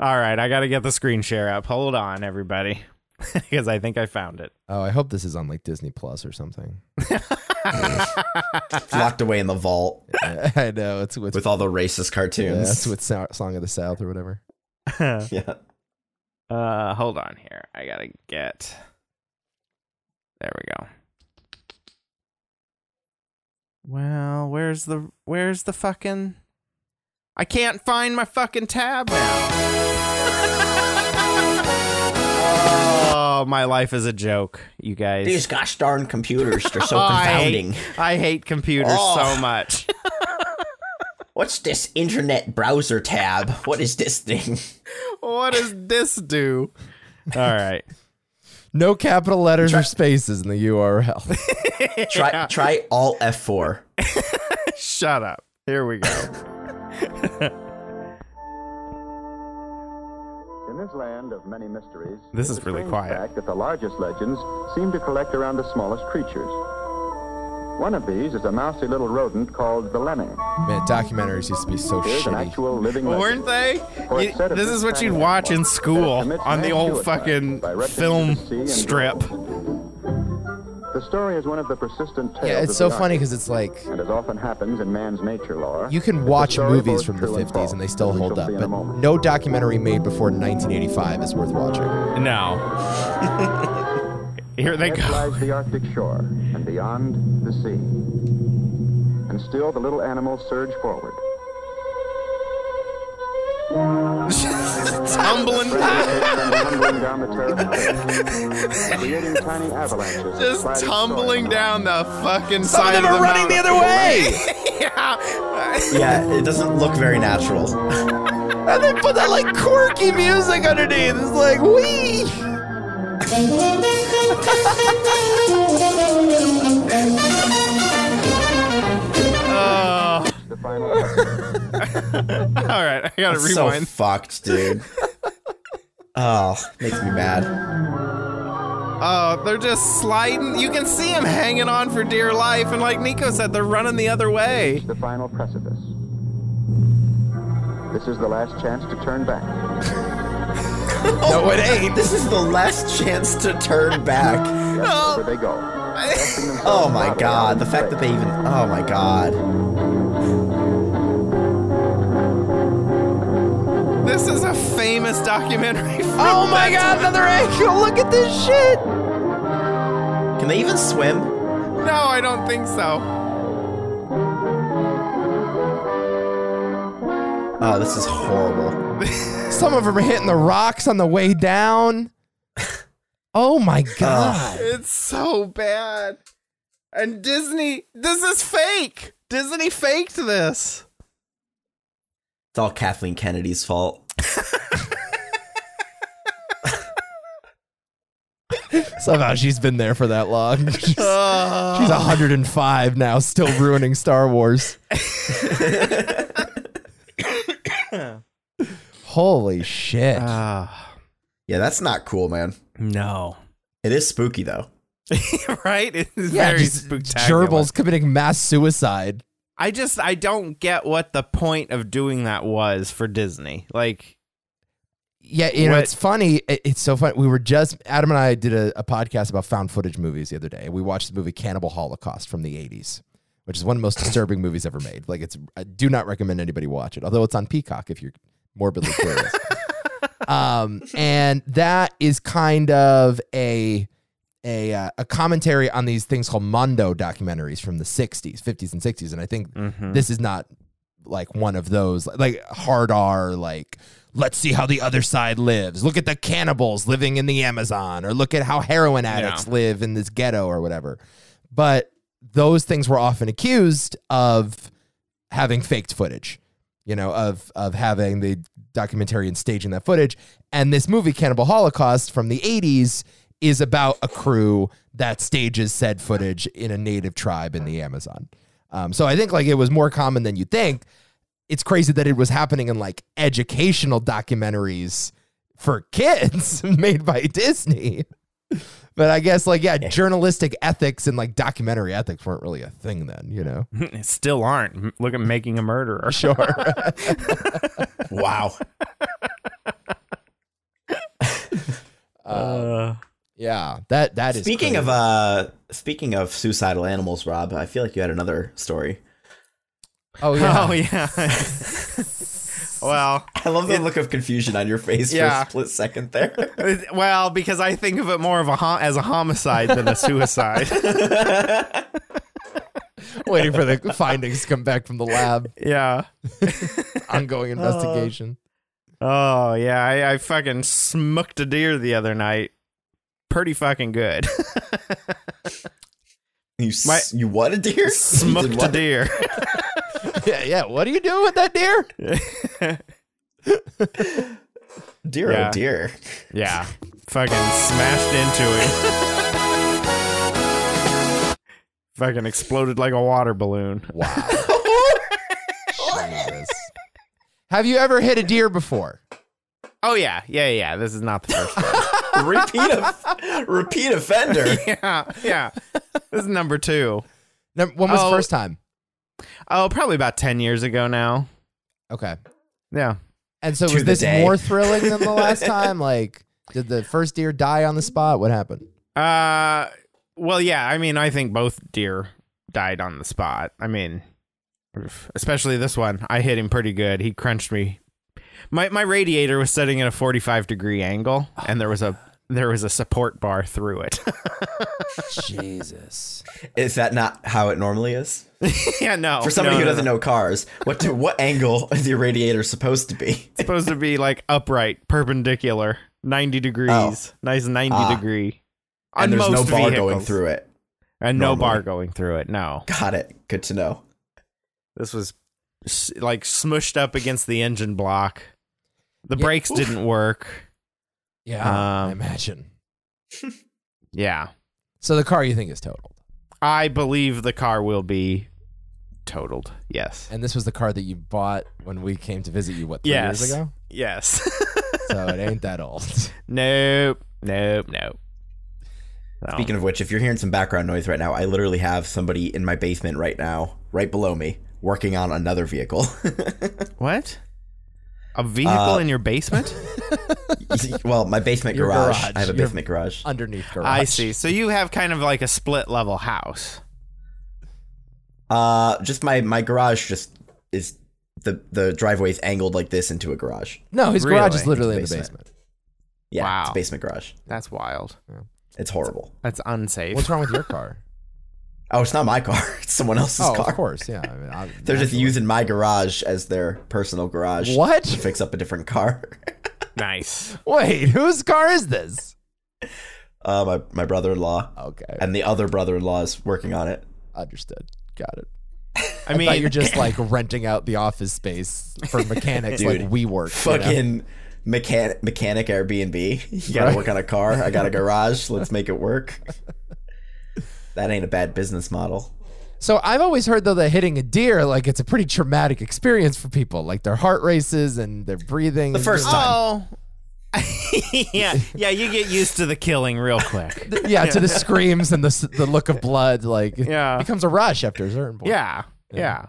Speaker 1: All right, I got to get the screen share up. Hold on, everybody, because I think I found it.
Speaker 4: Oh, I hope this is on like Disney Plus or something.
Speaker 5: It's locked away in the vault
Speaker 4: I know it's with,
Speaker 5: with all the racist
Speaker 4: yeah,
Speaker 5: cartoons.
Speaker 4: that's with Sou- Song of the South or whatever.
Speaker 5: yeah.
Speaker 1: Uh, hold on here. I got to get. There we go. Well, where's the where's the fucking I can't find my fucking tab now. oh, my life is a joke, you guys.
Speaker 5: These gosh darn computers, they're so
Speaker 1: Oh, I hate-
Speaker 5: confounding.
Speaker 1: I hate computers
Speaker 5: Oh.
Speaker 1: so much.
Speaker 5: What's this internet browser tab? What is this thing?
Speaker 1: what does this do? All right.
Speaker 4: No capital letters or spaces in the URL.
Speaker 5: Try try all F4.
Speaker 1: Shut up. Here we go.
Speaker 8: In this land of many mysteries,
Speaker 1: This is
Speaker 8: it's a
Speaker 1: really
Speaker 8: strange
Speaker 1: quiet.
Speaker 8: fact that the largest legends seem to collect around the smallest creatures. One of these is a mousy little rodent called the lemming.
Speaker 4: Man, documentaries used to be so
Speaker 8: Here's an
Speaker 4: shitty.
Speaker 8: actual living
Speaker 1: Weren't
Speaker 8: legend.
Speaker 1: they? You- this is what you'd watch in school on the old fucking film strip.
Speaker 8: The story is one of the persistent tales.
Speaker 4: Yeah,
Speaker 8: of
Speaker 4: it's so
Speaker 8: the
Speaker 4: funny
Speaker 8: Arctic,
Speaker 4: because it's like
Speaker 8: and as often happens in man's nature lore,
Speaker 4: You can
Speaker 8: it's a
Speaker 4: watch
Speaker 8: story
Speaker 4: movies
Speaker 8: both
Speaker 4: from the
Speaker 8: true
Speaker 4: 50s and they
Speaker 8: false,
Speaker 4: still
Speaker 8: as we
Speaker 4: hold
Speaker 8: shall
Speaker 4: up,
Speaker 8: see in a
Speaker 4: but
Speaker 8: moment.
Speaker 4: no documentary made before 1985 is worth watching.
Speaker 1: No. Here they
Speaker 8: Ahead
Speaker 1: go.
Speaker 8: lies the Arctic shore, and beyond, the sea. And still the little animals surge forward.
Speaker 1: Tumbling back.
Speaker 8: tumbling down the terrible cliff, creating tiny avalanches. and
Speaker 1: Just
Speaker 8: sliding
Speaker 1: tumbling
Speaker 8: soaring
Speaker 1: down the fucking side of, the mountain.
Speaker 4: way!
Speaker 1: yeah.
Speaker 5: Yeah, it doesn't look very natural.
Speaker 4: and they put that like quirky music underneath. It's like, wee!
Speaker 1: Oh.
Speaker 8: the final cliff.
Speaker 1: All right, I gotta
Speaker 5: It's so
Speaker 1: rewind.
Speaker 5: fucked, dude. Oh, makes me mad.
Speaker 1: Oh, they're just sliding. You can see them hanging on for dear life, and like Nico said, they're running the other way.
Speaker 8: the final precipice. This is the last chance to turn back.
Speaker 1: Oh,
Speaker 5: No, it ain't. This is the last chance to turn back.
Speaker 8: That's
Speaker 1: No.
Speaker 8: where they go. Casting themselves
Speaker 5: Oh my
Speaker 8: bodily out
Speaker 5: god.
Speaker 8: into
Speaker 5: The fact that
Speaker 8: space.
Speaker 5: they even. Oh my god.
Speaker 1: This is a famous documentary. From
Speaker 4: Oh my god, another angle. Look at this shit.
Speaker 5: Can they even swim?
Speaker 1: god! No, I don't think so.
Speaker 5: Oh, this is horrible.
Speaker 4: Some of them are hitting the rocks on the way down. Oh my
Speaker 8: Ah.
Speaker 4: god.
Speaker 1: It's so bad. And Disney, this is fake. Disney faked this.
Speaker 5: It's all Kathleen Kennedy's fault.
Speaker 4: Somehow she's been there for that long. She's, she's
Speaker 1: Oh.
Speaker 4: 105 now, still ruining Star Wars. Holy shit.
Speaker 1: Ah,
Speaker 5: Yeah, that's not cool, man.
Speaker 1: no.
Speaker 5: It is spooky though.
Speaker 1: right? It's
Speaker 4: yeah,
Speaker 1: very
Speaker 4: just
Speaker 1: spectacular.
Speaker 4: gerbils committing mass suicide.
Speaker 1: I just I don't get what the point of doing that was for Disney. Like
Speaker 4: Yeah, you know,
Speaker 1: What-
Speaker 4: it's funny. It- It's so funny. We were just, Adam and I did a, a podcast about found footage movies the other day. We watched the movie Cannibal Holocaust from the 80s, which is one of the most disturbing movies ever made. Like, it's, I do not recommend anybody watch it, although it's on Peacock if you're morbidly curious. um, and that is kind of a, a, uh, a commentary on these things called Mondo documentaries from the 60s, 50s, and 60s. And I think this is not like one of those like hard R like let's see how the other side lives. Look at the cannibals living in the Amazon or look at how heroin addicts live in this ghetto or whatever. But those things were often accused of having faked footage, you know, of of having the documentarian staging that footage. And this movie Cannibal Holocaust from the 80s is about a crew that stages said footage in a native tribe in the Amazon. Um, so I think like it was more common than you think. It's crazy that it was happening in like educational documentaries for kids made by Disney. But I guess like yeah, journalistic ethics and like documentary ethics weren't really a thing then, you know.
Speaker 1: still aren't. M- Look at making a murderer.
Speaker 4: Sure.
Speaker 5: Wow.
Speaker 1: Uh,
Speaker 4: yeah, that that is
Speaker 5: speaking of
Speaker 4: crazy.
Speaker 5: uh speaking of suicidal animals, Rob, I feel like you had another story.
Speaker 4: oh yeah.
Speaker 1: Oh yeah. well,
Speaker 5: I love the look of confusion on your face
Speaker 1: Yeah.
Speaker 5: for a split second there.
Speaker 1: it- well, because I think of it more of a ho- as a homicide than a suicide.
Speaker 4: waiting for the findings to come back from the lab,
Speaker 1: yeah.
Speaker 4: ongoing investigation.
Speaker 1: Oh yeah. I, I fucking smooked a deer the other night. Pretty fucking good.
Speaker 5: You s-
Speaker 1: My-
Speaker 5: you what a deer? You did
Speaker 1: smoked a
Speaker 5: what?
Speaker 1: deer.
Speaker 4: yeah, yeah. What do you do with that deer?
Speaker 5: Deer
Speaker 1: Yeah.
Speaker 5: oh deer.
Speaker 1: yeah. Fucking smashed into it. fucking exploded like a water balloon.
Speaker 4: Wow. Jesus. Have you ever hit a deer before?
Speaker 1: Oh yeah, yeah, yeah. This is not the first one.
Speaker 5: repeat of, repeat offender.
Speaker 1: yeah, yeah. This is number two.
Speaker 4: No, When was
Speaker 1: Oh.
Speaker 4: the first time?
Speaker 1: Oh, probably about ten years ago now.
Speaker 4: Okay.
Speaker 1: Yeah.
Speaker 4: And so
Speaker 5: To
Speaker 4: was
Speaker 5: the
Speaker 4: this
Speaker 5: day.
Speaker 4: more thrilling than the last time? Like, did the first deer die on the spot? What happened?
Speaker 1: Uh, well, yeah. I mean, I think both deer died on the spot. I mean, oof. especially this one. I hit him pretty good. He crunched me. My my radiator was sitting at a forty five degree angle,
Speaker 5: Oh
Speaker 1: and there was a there was a support bar through it.
Speaker 4: Jesus.
Speaker 5: Is that not how it normally is?
Speaker 1: yeah, no.
Speaker 5: For somebody
Speaker 1: Oh, no,
Speaker 5: who
Speaker 1: no,
Speaker 5: doesn't
Speaker 1: no.
Speaker 5: know cars, what do, what angle is the radiator supposed to be?
Speaker 1: it's supposed to be like upright, perpendicular, ninety degrees, nice ninety
Speaker 5: Ah.
Speaker 1: degree. On
Speaker 5: And there's no
Speaker 1: most
Speaker 5: bar going
Speaker 1: vehicles.
Speaker 5: through it.
Speaker 1: and no
Speaker 5: Normally.
Speaker 1: bar going through it. No,
Speaker 5: Got it. Good to know.
Speaker 1: this was s- like smushed up against the engine block. The
Speaker 4: Yeah.
Speaker 1: brakes didn't work.
Speaker 4: Yeah.
Speaker 1: Um,
Speaker 4: I imagine.
Speaker 1: Yeah,
Speaker 4: So the car you think is totaled.
Speaker 1: I believe the car will be totaled. Yes.
Speaker 4: And this was the car that you bought when we came to visit you, what, three
Speaker 1: yes.
Speaker 4: years ago?
Speaker 1: Yes.
Speaker 4: So it ain't that old.
Speaker 1: nope. Nope. Nope. So,
Speaker 5: Speaking of which, if you're hearing some background noise right now, I literally have somebody in my basement right now, right below me, working on another vehicle.
Speaker 1: what? A vehicle
Speaker 5: Uh,
Speaker 1: in your basement?
Speaker 5: well, my basement
Speaker 4: Your
Speaker 5: garage.
Speaker 4: garage.
Speaker 5: I have a
Speaker 4: Your-
Speaker 5: basement garage.
Speaker 4: underneath garage.
Speaker 1: I see. So you have kind of like a split level house.
Speaker 5: Uh, just my my garage just is the the driveway is angled like this into a garage.
Speaker 4: No, his garage is
Speaker 1: Really?
Speaker 4: literally in the
Speaker 5: Basement.
Speaker 4: basement.
Speaker 5: Yeah, it's
Speaker 1: Wow.
Speaker 5: a basement garage.
Speaker 1: That's wild.
Speaker 5: It's horrible.
Speaker 1: That's unsafe.
Speaker 4: What's wrong with your car?
Speaker 5: Oh, it's not my car. It's someone else's
Speaker 4: oh,
Speaker 5: car.
Speaker 4: of course. Yeah. I mean, I-
Speaker 5: They're just
Speaker 4: naturally.
Speaker 5: using my garage as their personal garage. To
Speaker 4: What?
Speaker 5: fix up a different car.
Speaker 1: nice.
Speaker 4: Wait, whose car is this?
Speaker 5: Uh, my my brother in law
Speaker 4: Okay,
Speaker 5: and the other brother in law is working on it.
Speaker 4: understood. Got it.
Speaker 1: I,
Speaker 4: I
Speaker 1: mean,
Speaker 4: thought you're just like renting out the office space for mechanics like
Speaker 5: Dude,
Speaker 4: we work.
Speaker 5: Fucking mechanic mechanic Airbnb. You gotta
Speaker 4: Right.
Speaker 5: work on a car. I got a garage. Let's make it work. That ain't a bad business model.
Speaker 4: So I've always heard though that hitting a deer like it's a pretty traumatic experience for people. Like their heart races and their breathing.
Speaker 5: The first time.
Speaker 1: oh. yeah, yeah, you get used to the killing real quick.
Speaker 4: Oh. yeah, to the screams and the s- the look of blood. Like it
Speaker 1: Yeah.
Speaker 4: becomes a rush after a certain point.
Speaker 1: Yeah, yeah.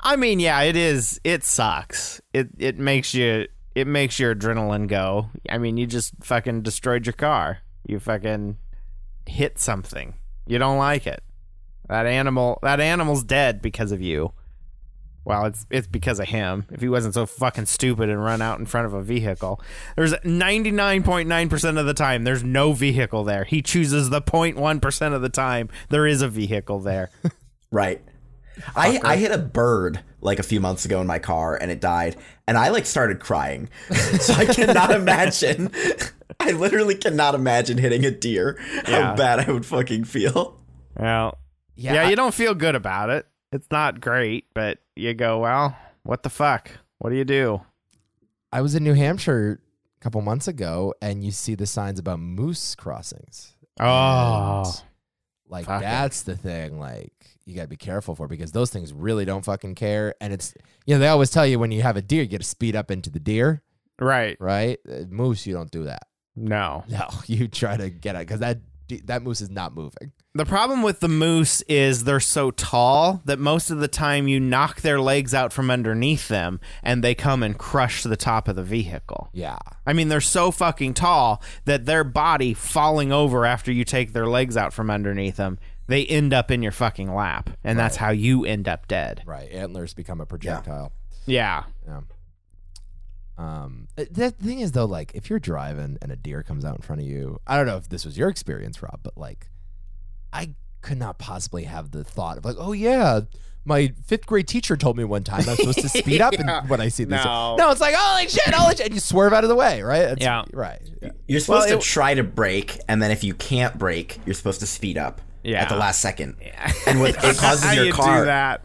Speaker 1: I mean, yeah, it is. It sucks. It it makes you it makes your adrenaline go. I mean, you just fucking destroyed your car. You fucking hit something. You don't like it. That animal. That animal's dead because of you. Well, it's it's because of him. If he wasn't so fucking stupid and run out in front of a vehicle, there's 99.9% of the time there's no vehicle there. He chooses the 0.1% of the time there is a vehicle there.
Speaker 5: Right. I, I hit a bird like a few months ago in my car and it died and I like started crying. so I cannot imagine. I literally cannot imagine hitting a deer.
Speaker 1: Yeah.
Speaker 5: How bad I would fucking feel.
Speaker 1: Well,
Speaker 4: Yeah,
Speaker 1: yeah, you don't feel good about it. It's not great, but you go, well, what the fuck? What do you do?
Speaker 4: I was in New Hampshire a couple months ago, and you see the signs about moose crossings.
Speaker 1: Oh.
Speaker 4: And, like
Speaker 1: Fuck it.
Speaker 4: that's the thing. Like you gotta be careful for because those things really don't fucking care. And it's you know they always tell you when you have a deer, you got to speed up into the deer,
Speaker 1: Right.
Speaker 4: right? Uh, Moose, you don't do that.
Speaker 1: No.
Speaker 4: No, you try to get it because that d- that moose is not moving.
Speaker 1: The problem with the moose is they're so tall that most of the time you knock their legs out from underneath them and they come and crush the top of the vehicle.
Speaker 4: Yeah,
Speaker 1: I mean, they're so fucking tall that their body falling over after you take their legs out from underneath them, they end up in your fucking lap. And that's how you end up dead.
Speaker 4: right. Antlers become a projectile.
Speaker 1: Yeah.
Speaker 4: Um, th- the thing is though, like if you're driving and a deer comes out in front of you, I don't know if this was your experience, Rob, but like, I could not possibly have the thought of like, oh yeah, my fifth grade teacher told me one time I'm supposed to speed up and when I see this.
Speaker 1: No.
Speaker 4: no, it's like holy shit, holy shit, and you swerve out of the way, right? That's-
Speaker 1: Yeah.
Speaker 4: right. Yeah.
Speaker 5: You're supposed
Speaker 1: Well,
Speaker 5: to
Speaker 1: it-
Speaker 5: try to brake, and then if you can't brake, you're supposed to speed up
Speaker 1: Yeah.
Speaker 5: at the last second. And with, it
Speaker 1: How
Speaker 5: causes your
Speaker 1: you
Speaker 5: car.
Speaker 1: do that?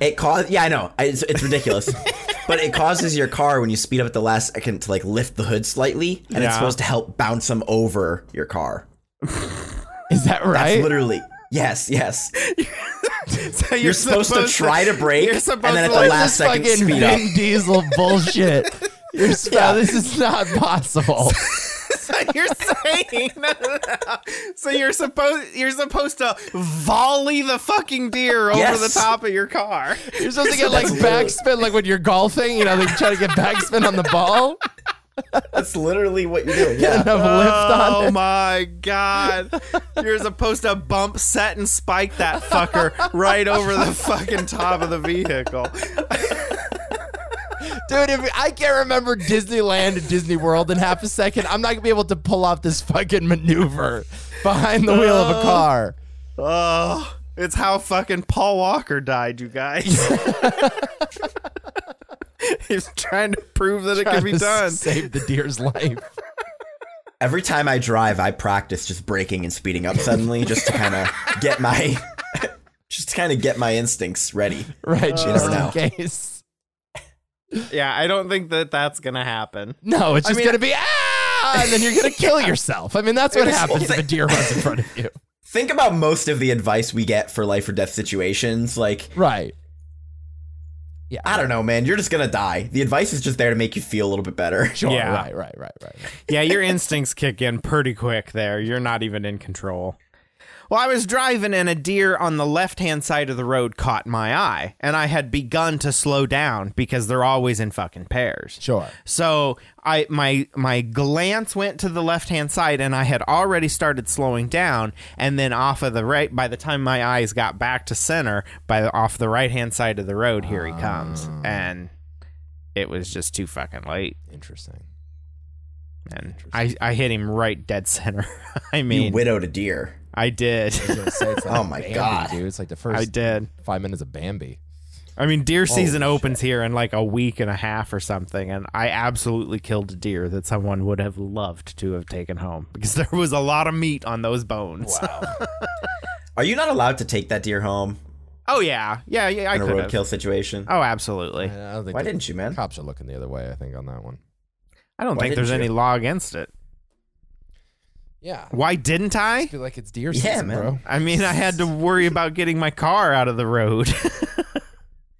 Speaker 5: It causes. Yeah, I know. I- It's, it's ridiculous. but it causes your car when you speed up at the last second to like lift the hood slightly, and
Speaker 1: Yeah.
Speaker 5: it's supposed to help bounce them over your car.
Speaker 4: Is that
Speaker 5: That's
Speaker 4: right?
Speaker 5: literally. Yes, yes.
Speaker 1: So
Speaker 5: You're, supposed, to try to brake,
Speaker 1: you're
Speaker 5: and
Speaker 1: supposed
Speaker 5: then at
Speaker 1: to,
Speaker 5: the
Speaker 1: like,
Speaker 4: this
Speaker 5: last second
Speaker 4: fucking
Speaker 5: speed up.
Speaker 4: Vin Diesel bullshit. You're sp-
Speaker 5: Yeah.
Speaker 4: This is not possible.
Speaker 1: So you're saying no, no, no. so you're supposed you're supposed to volley the fucking deer over
Speaker 5: Yes.
Speaker 1: the top of your car.
Speaker 4: You're supposed to get like backspin, like when you're golfing, you know, they try to get backspin on the ball.
Speaker 5: That's literally what you're doing. Yeah.
Speaker 4: enough
Speaker 5: Uh.
Speaker 4: lift on
Speaker 1: Oh my god. You're supposed to bump set and spike that fucker right over the fucking top of the vehicle.
Speaker 4: Dude, if I can't remember Disneyland and Disney World in half a second, I'm not gonna be able to pull off this fucking maneuver behind the wheel
Speaker 5: Uh,
Speaker 4: of a car.
Speaker 1: Oh, it's how fucking Paul Walker died, you guys. He's trying to prove that it can be
Speaker 4: Trying to
Speaker 1: done.
Speaker 4: Save the deer's life.
Speaker 5: Every time I drive, I practice just braking and speeding up suddenly, just to kind of get my, just to kind of get my instincts ready.
Speaker 4: Right, just
Speaker 5: know.
Speaker 4: in case.
Speaker 1: Yeah, I don't think that that's gonna happen.
Speaker 4: No, it's
Speaker 1: I
Speaker 4: just
Speaker 1: mean-
Speaker 4: gonna be ah and then you're gonna kill yourself. I mean that's what happens if a deer runs in front of you.
Speaker 5: Think about most of the advice we get for life or death situations. Like
Speaker 4: Right. Yeah.
Speaker 5: I don't know, man. You're just gonna die. The advice is just there to make you feel a little bit better.
Speaker 4: Sure.
Speaker 1: Yeah.
Speaker 4: Right, right, right, right. right.
Speaker 1: Yeah, your instincts kick in pretty quick there. You're not even in control. Well, I was driving and a deer on the left hand side of the road caught my eye, and I had begun to slow down because they're always in fucking pairs.
Speaker 4: Sure.
Speaker 1: So I my my glance went to the left hand side and I had already started slowing down and then off of the right by the time my eyes got back to center by the, off the right hand side of the road here he comes and it was just too fucking late
Speaker 4: Interesting.
Speaker 1: and I I hit him right dead center. I mean
Speaker 5: You widowed a deer.
Speaker 1: I did.
Speaker 4: I was gonna say, it's like
Speaker 5: Oh my
Speaker 4: Bambi,
Speaker 5: God.
Speaker 4: dude! It's like the first
Speaker 1: I did.
Speaker 4: five minutes of Bambi.
Speaker 1: I mean, deer
Speaker 4: Holy
Speaker 1: season opens here in like a week and a half or something, and I absolutely killed a deer that someone would have loved to have taken home because there was a lot of meat on those bones.
Speaker 5: Are you not allowed to take that deer home
Speaker 1: Oh yeah, yeah, yeah. I
Speaker 5: in a
Speaker 1: could have.
Speaker 5: roadkill situation?
Speaker 1: Oh, absolutely.
Speaker 4: I don't think
Speaker 5: Why
Speaker 4: the
Speaker 5: didn't you, man?
Speaker 4: cops are looking the other way. I think on that one.
Speaker 1: I don't
Speaker 5: Why
Speaker 1: think there's
Speaker 5: didn't
Speaker 1: any
Speaker 5: you?
Speaker 1: law against it.
Speaker 4: Yeah,
Speaker 1: Why didn't I?
Speaker 4: feel like it's deer
Speaker 5: Yeah,
Speaker 4: season,
Speaker 5: man.
Speaker 4: bro.
Speaker 1: I mean, I had to worry about getting my car out of the road.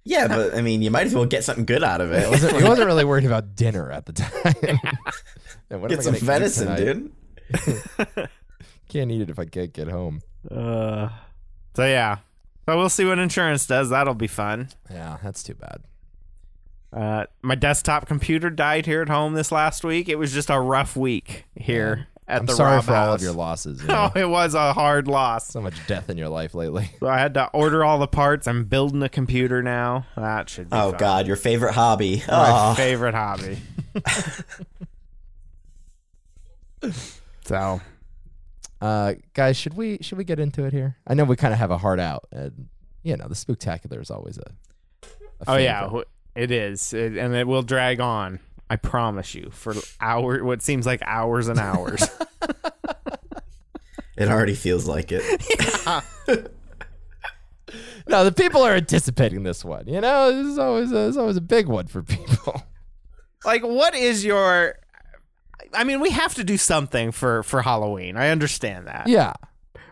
Speaker 5: Yeah, but I mean, you might as well get something good out of
Speaker 4: I
Speaker 5: it.
Speaker 4: wasn't, I wasn't really worried about dinner at the time. Man, what am I
Speaker 5: Get some
Speaker 4: gonna eat
Speaker 5: venison,
Speaker 4: tonight?
Speaker 5: dude.
Speaker 4: Can't eat it if I can't get home.
Speaker 1: uh, so yeah, but we'll see what insurance does. That'll be fun.
Speaker 4: Yeah, that's too bad.
Speaker 1: Uh, my desktop computer died here at home this last week. It was just a rough week here at
Speaker 4: I'm
Speaker 1: the
Speaker 4: sorry
Speaker 1: Rob
Speaker 4: for all of
Speaker 1: house.
Speaker 4: your losses. you
Speaker 1: Oh,
Speaker 4: know?
Speaker 1: it was a hard loss.
Speaker 4: So much death in your life lately.
Speaker 1: So I had to order all the parts. I'm building a computer now. That should be
Speaker 5: Oh
Speaker 1: fun.
Speaker 5: God, your favorite hobby.
Speaker 1: my
Speaker 4: uh.
Speaker 5: Oh,
Speaker 1: favorite hobby. so
Speaker 4: Uh, guys, should we should we get into it here? I know we kind of have a heart out, and you know the spooktacular is always a. a
Speaker 1: Oh yeah,
Speaker 4: favorite.
Speaker 1: wh- it is, it, and it will drag on. I promise you, for hour, what seems like hours and hours.
Speaker 5: it already feels like it.
Speaker 4: No, the people are anticipating this one. You know, this is always a, this is always a big one for people.
Speaker 1: like, what is your? I mean, we have to do something for for Halloween. I understand that,
Speaker 4: yeah,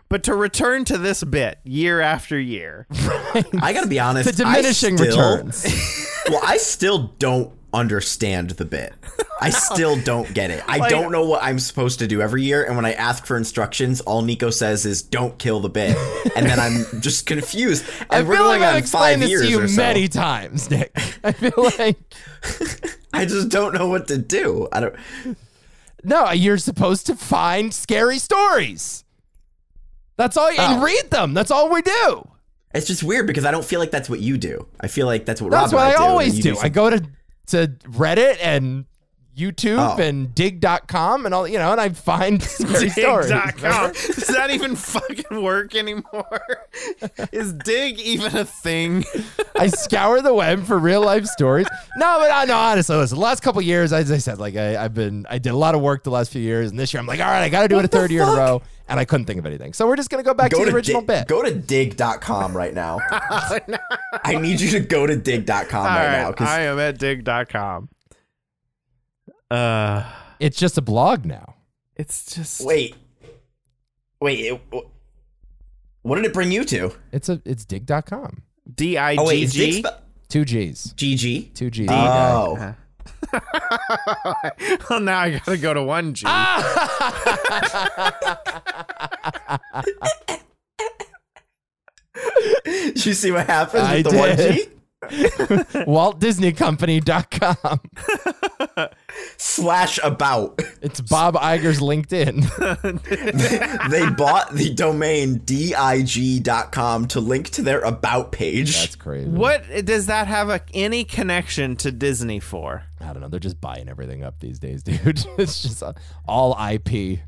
Speaker 1: but to return to this bit year after year,
Speaker 5: I gotta be honest.
Speaker 4: the diminishing
Speaker 5: I still,
Speaker 4: returns.
Speaker 5: Well, I still don't understand the bit. I still don't get it. I
Speaker 1: Like-
Speaker 5: don't know what I'm supposed to do every year. And when I ask for instructions, all Nico says is "Don't kill the bit," and then I'm just confused.
Speaker 4: I
Speaker 5: And we're
Speaker 4: feel like
Speaker 5: going
Speaker 4: I've
Speaker 5: on five
Speaker 4: explained this
Speaker 5: years
Speaker 4: to you
Speaker 5: or so.
Speaker 4: many times, Nick. I feel like
Speaker 5: I just don't know what to do. I don't.
Speaker 4: no, you're supposed to find scary stories. That's all, and
Speaker 5: Oh.
Speaker 4: read them. That's all we do.
Speaker 5: It's just weird because I don't feel like that's what you do. I feel like that's what
Speaker 4: That's
Speaker 5: Rob
Speaker 4: what I,
Speaker 5: and I do, and
Speaker 4: always
Speaker 5: you
Speaker 4: do. I
Speaker 5: something-
Speaker 4: go to to Reddit and YouTube
Speaker 5: Oh.
Speaker 4: and dig.com and all, you know, and I find scary stories.
Speaker 1: Dig.com. oh, Does that even fucking work anymore? Is Dig even a thing?
Speaker 4: I scour the web for real life stories. No, but I no, honestly, listen, the last couple of years, as I said, like I, I've been, I did a lot of work the last few years, and this year I'm like, all right, I got to do it a third year in a row, and I couldn't think of anything. So we're just gonna go back to the
Speaker 5: to
Speaker 4: original
Speaker 5: dig,
Speaker 4: bit. Oh,
Speaker 5: Go to dig.com right now. I need you to go to dig.com
Speaker 1: All
Speaker 5: com right now
Speaker 1: right, I
Speaker 5: because
Speaker 1: am at Dig.com. Uh,
Speaker 4: It's just a blog now.
Speaker 1: it's just
Speaker 5: wait, wait, it, what did it bring you to?
Speaker 4: It's a, it's dig.com.
Speaker 1: D I
Speaker 5: Oh wait,
Speaker 1: G
Speaker 5: is dig
Speaker 1: G.
Speaker 5: spe-
Speaker 4: Two G's,
Speaker 5: GG?
Speaker 4: two G's.
Speaker 5: Oh,
Speaker 4: Uh-huh.
Speaker 1: Well, now I gotta go to one G.
Speaker 5: Ah! you see what happens
Speaker 4: I
Speaker 5: with the one G?
Speaker 4: did. Walt Disney Company.com.
Speaker 5: Slash about.
Speaker 4: It's Bob Iger's LinkedIn.
Speaker 5: they bought the domain dig.com to link to their about page.
Speaker 4: That's crazy.
Speaker 1: What does that have a, any connection to Disney for?
Speaker 4: I don't know. They're just buying everything up these days, dude. it's just uh, all IP. They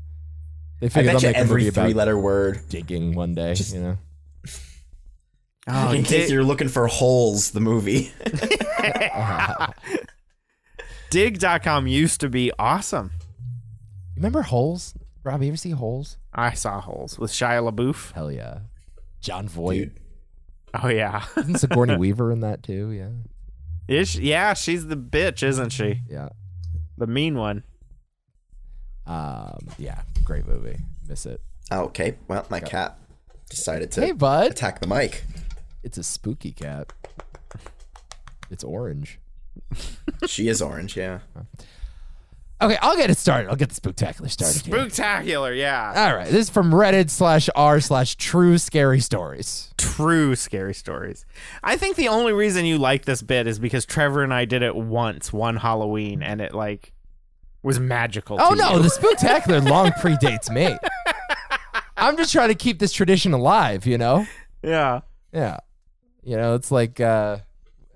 Speaker 5: I
Speaker 4: figure they'll
Speaker 5: bet you
Speaker 4: make a
Speaker 5: every
Speaker 4: movie about
Speaker 5: three-letter word.
Speaker 4: digging one day. you know,
Speaker 1: Oh,
Speaker 5: In case
Speaker 1: Dig-
Speaker 5: you're looking for holes, the movie.
Speaker 1: Dig.com used to be awesome.
Speaker 4: remember Holes? Rob, you ever see Holes?
Speaker 1: I saw holes with Shia LaBeouf.
Speaker 4: Hell yeah. John Voight.
Speaker 1: Oh yeah,
Speaker 4: Isn't Sigourney Weaver in that too? Yeah.
Speaker 1: Is she- yeah, she's the bitch, isn't she?
Speaker 4: Yeah.
Speaker 1: The mean one.
Speaker 4: Um, yeah. Great movie. Miss it.
Speaker 5: Oh, okay, well, my cat decided to
Speaker 4: Hey, bud.
Speaker 5: attack the mic.
Speaker 4: It's a spooky cat. It's orange.
Speaker 5: she is orange, yeah.
Speaker 4: Okay, I'll get it started. I'll get the spectacular started. here.
Speaker 1: Spooktacular, yeah.
Speaker 4: All right, this is from Reddit slash r slash true scary stories.
Speaker 1: True scary stories. I think the only reason you like this bit is because Trevor and I did it once, one Halloween, and it like was magical. to
Speaker 4: Oh no,
Speaker 1: you.
Speaker 4: the spectacular long predates me. I'm just trying to keep this tradition alive, you know?
Speaker 1: yeah.
Speaker 4: Yeah. You know, it's like uh,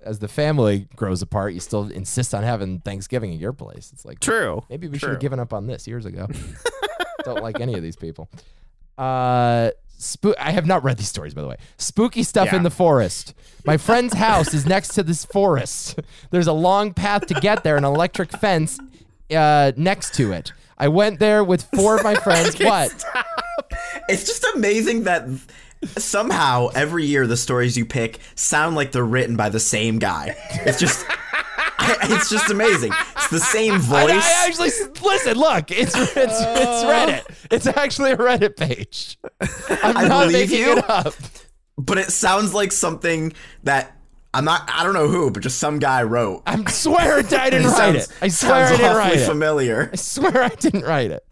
Speaker 4: as the family grows apart, you still insist on having Thanksgiving at your place. It's like,
Speaker 1: True.
Speaker 4: Maybe we should
Speaker 1: True.
Speaker 4: have given up on this years ago. Don't like any of these people. Uh, spoo- I have not read these stories, by the way. Spooky stuff
Speaker 1: Yeah.
Speaker 4: in the forest. My friend's house is next to this forest. There's a long path to get there, an electric fence uh, next to it. I went there with four of my friends. what?
Speaker 5: It's just amazing that somehow every year the stories you pick sound like they're written by the same guy. It's just it's just amazing. It's the same
Speaker 4: I,
Speaker 5: voice.
Speaker 4: I actually listen. Look, it's it's,
Speaker 5: Oh.
Speaker 4: it's Reddit. It's actually a Reddit page. I'm
Speaker 5: I
Speaker 4: not
Speaker 5: believe
Speaker 4: making
Speaker 5: you.
Speaker 4: it up.
Speaker 5: but it sounds like something that I'm not. I don't know who, but just some guy wrote.
Speaker 4: I'm swear I didn't write
Speaker 5: sounds,
Speaker 4: it. I swear I
Speaker 5: sounds
Speaker 4: didn't
Speaker 5: awfully
Speaker 4: write it.
Speaker 5: familiar.
Speaker 4: I swear I didn't write it.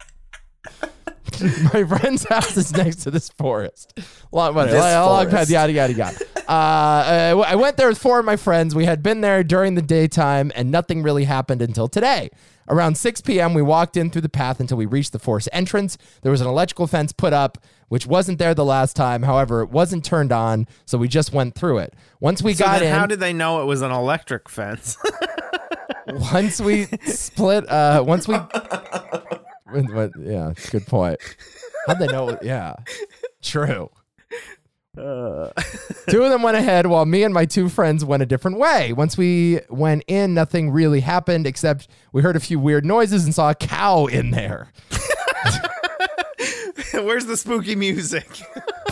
Speaker 4: My friend's house is next to this forest. Long, whatever,
Speaker 5: This
Speaker 4: long path,
Speaker 5: forest.
Speaker 4: oh, yada yada yada. Uh, I- I went there with four of my friends. We had been there during the daytime, and nothing really happened until today. Around 6 p.m., we walked in through the path until we reached the forest entrance. There was an electrical fence put up, which wasn't there the last time. However, it wasn't turned on, so we just went through it. Once we
Speaker 1: So
Speaker 4: got
Speaker 1: then
Speaker 4: in,
Speaker 1: how did they know it was an electric fence?
Speaker 4: once we split uh once we When- when- yeah good point how'd they know yeah true two of them went ahead while me and my two friends went a different way once we went in nothing really happened except we heard a few weird noises and saw a cow in there
Speaker 1: Where's the spooky music?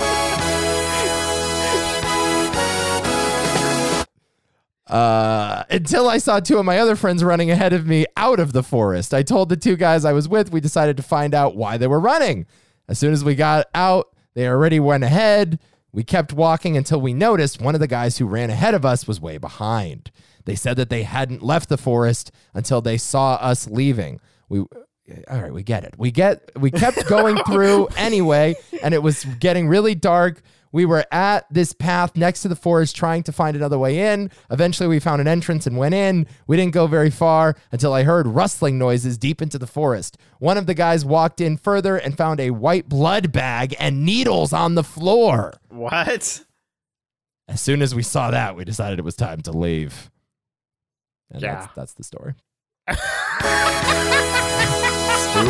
Speaker 4: Uh, until I saw two of my other friends running ahead of me out of the forest. I told the two guys I was with, we decided to find out why they were running. As soon as we got out, they already went ahead. We kept walking until we noticed one of the guys who ran ahead of us was way behind. They said that they hadn't left the forest until they saw us leaving. We all right, we get it. We get we kept going through anyway, and it was getting really dark. We were at this path next to the forest trying to find another way in. Eventually we found an entrance and went in. We didn't go very far until I heard rustling noises deep into the forest. One of the guys walked in further and found a white blood bag and needles on the floor.
Speaker 1: What?
Speaker 4: As soon as we saw that, we decided it was time to leave. And
Speaker 1: Yeah.
Speaker 4: that's that's the story.
Speaker 5: Spooky.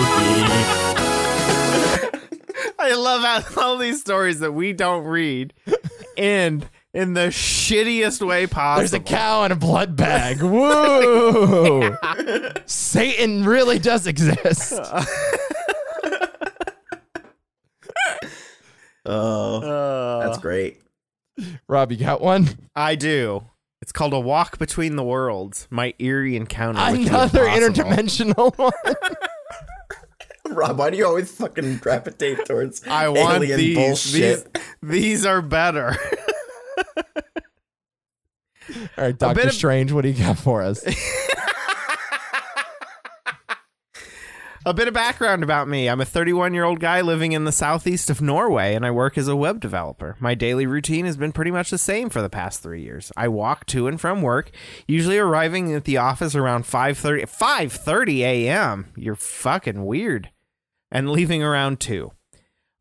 Speaker 1: I love how all these stories that we don't read end in the shittiest way possible.
Speaker 4: There's a cow in a blood bag. Woo! Satan really does exist.
Speaker 5: Oh, that's
Speaker 4: Uh.
Speaker 5: great.
Speaker 4: Rob, you got one?
Speaker 1: I do. It's called A Walk Between the Worlds, my eerie encounter. with the
Speaker 4: Another
Speaker 1: impossible.
Speaker 4: interdimensional one.
Speaker 5: Rob, why do you always fucking gravitate towards
Speaker 1: I want
Speaker 5: alien
Speaker 1: these.
Speaker 5: bullshit?
Speaker 1: These, these are better.
Speaker 4: All right, Doctor
Speaker 1: bit of-
Speaker 4: Strange, what do you got for us?
Speaker 1: a bit of background about me. I'm a 31 year old guy living in the southeast of Norway, and I work as a web developer. My daily routine has been pretty much the same for the past three years. I walk to and from work, usually arriving at the office around 5:30 5:30 a.m. You're fucking weird, and leaving around two.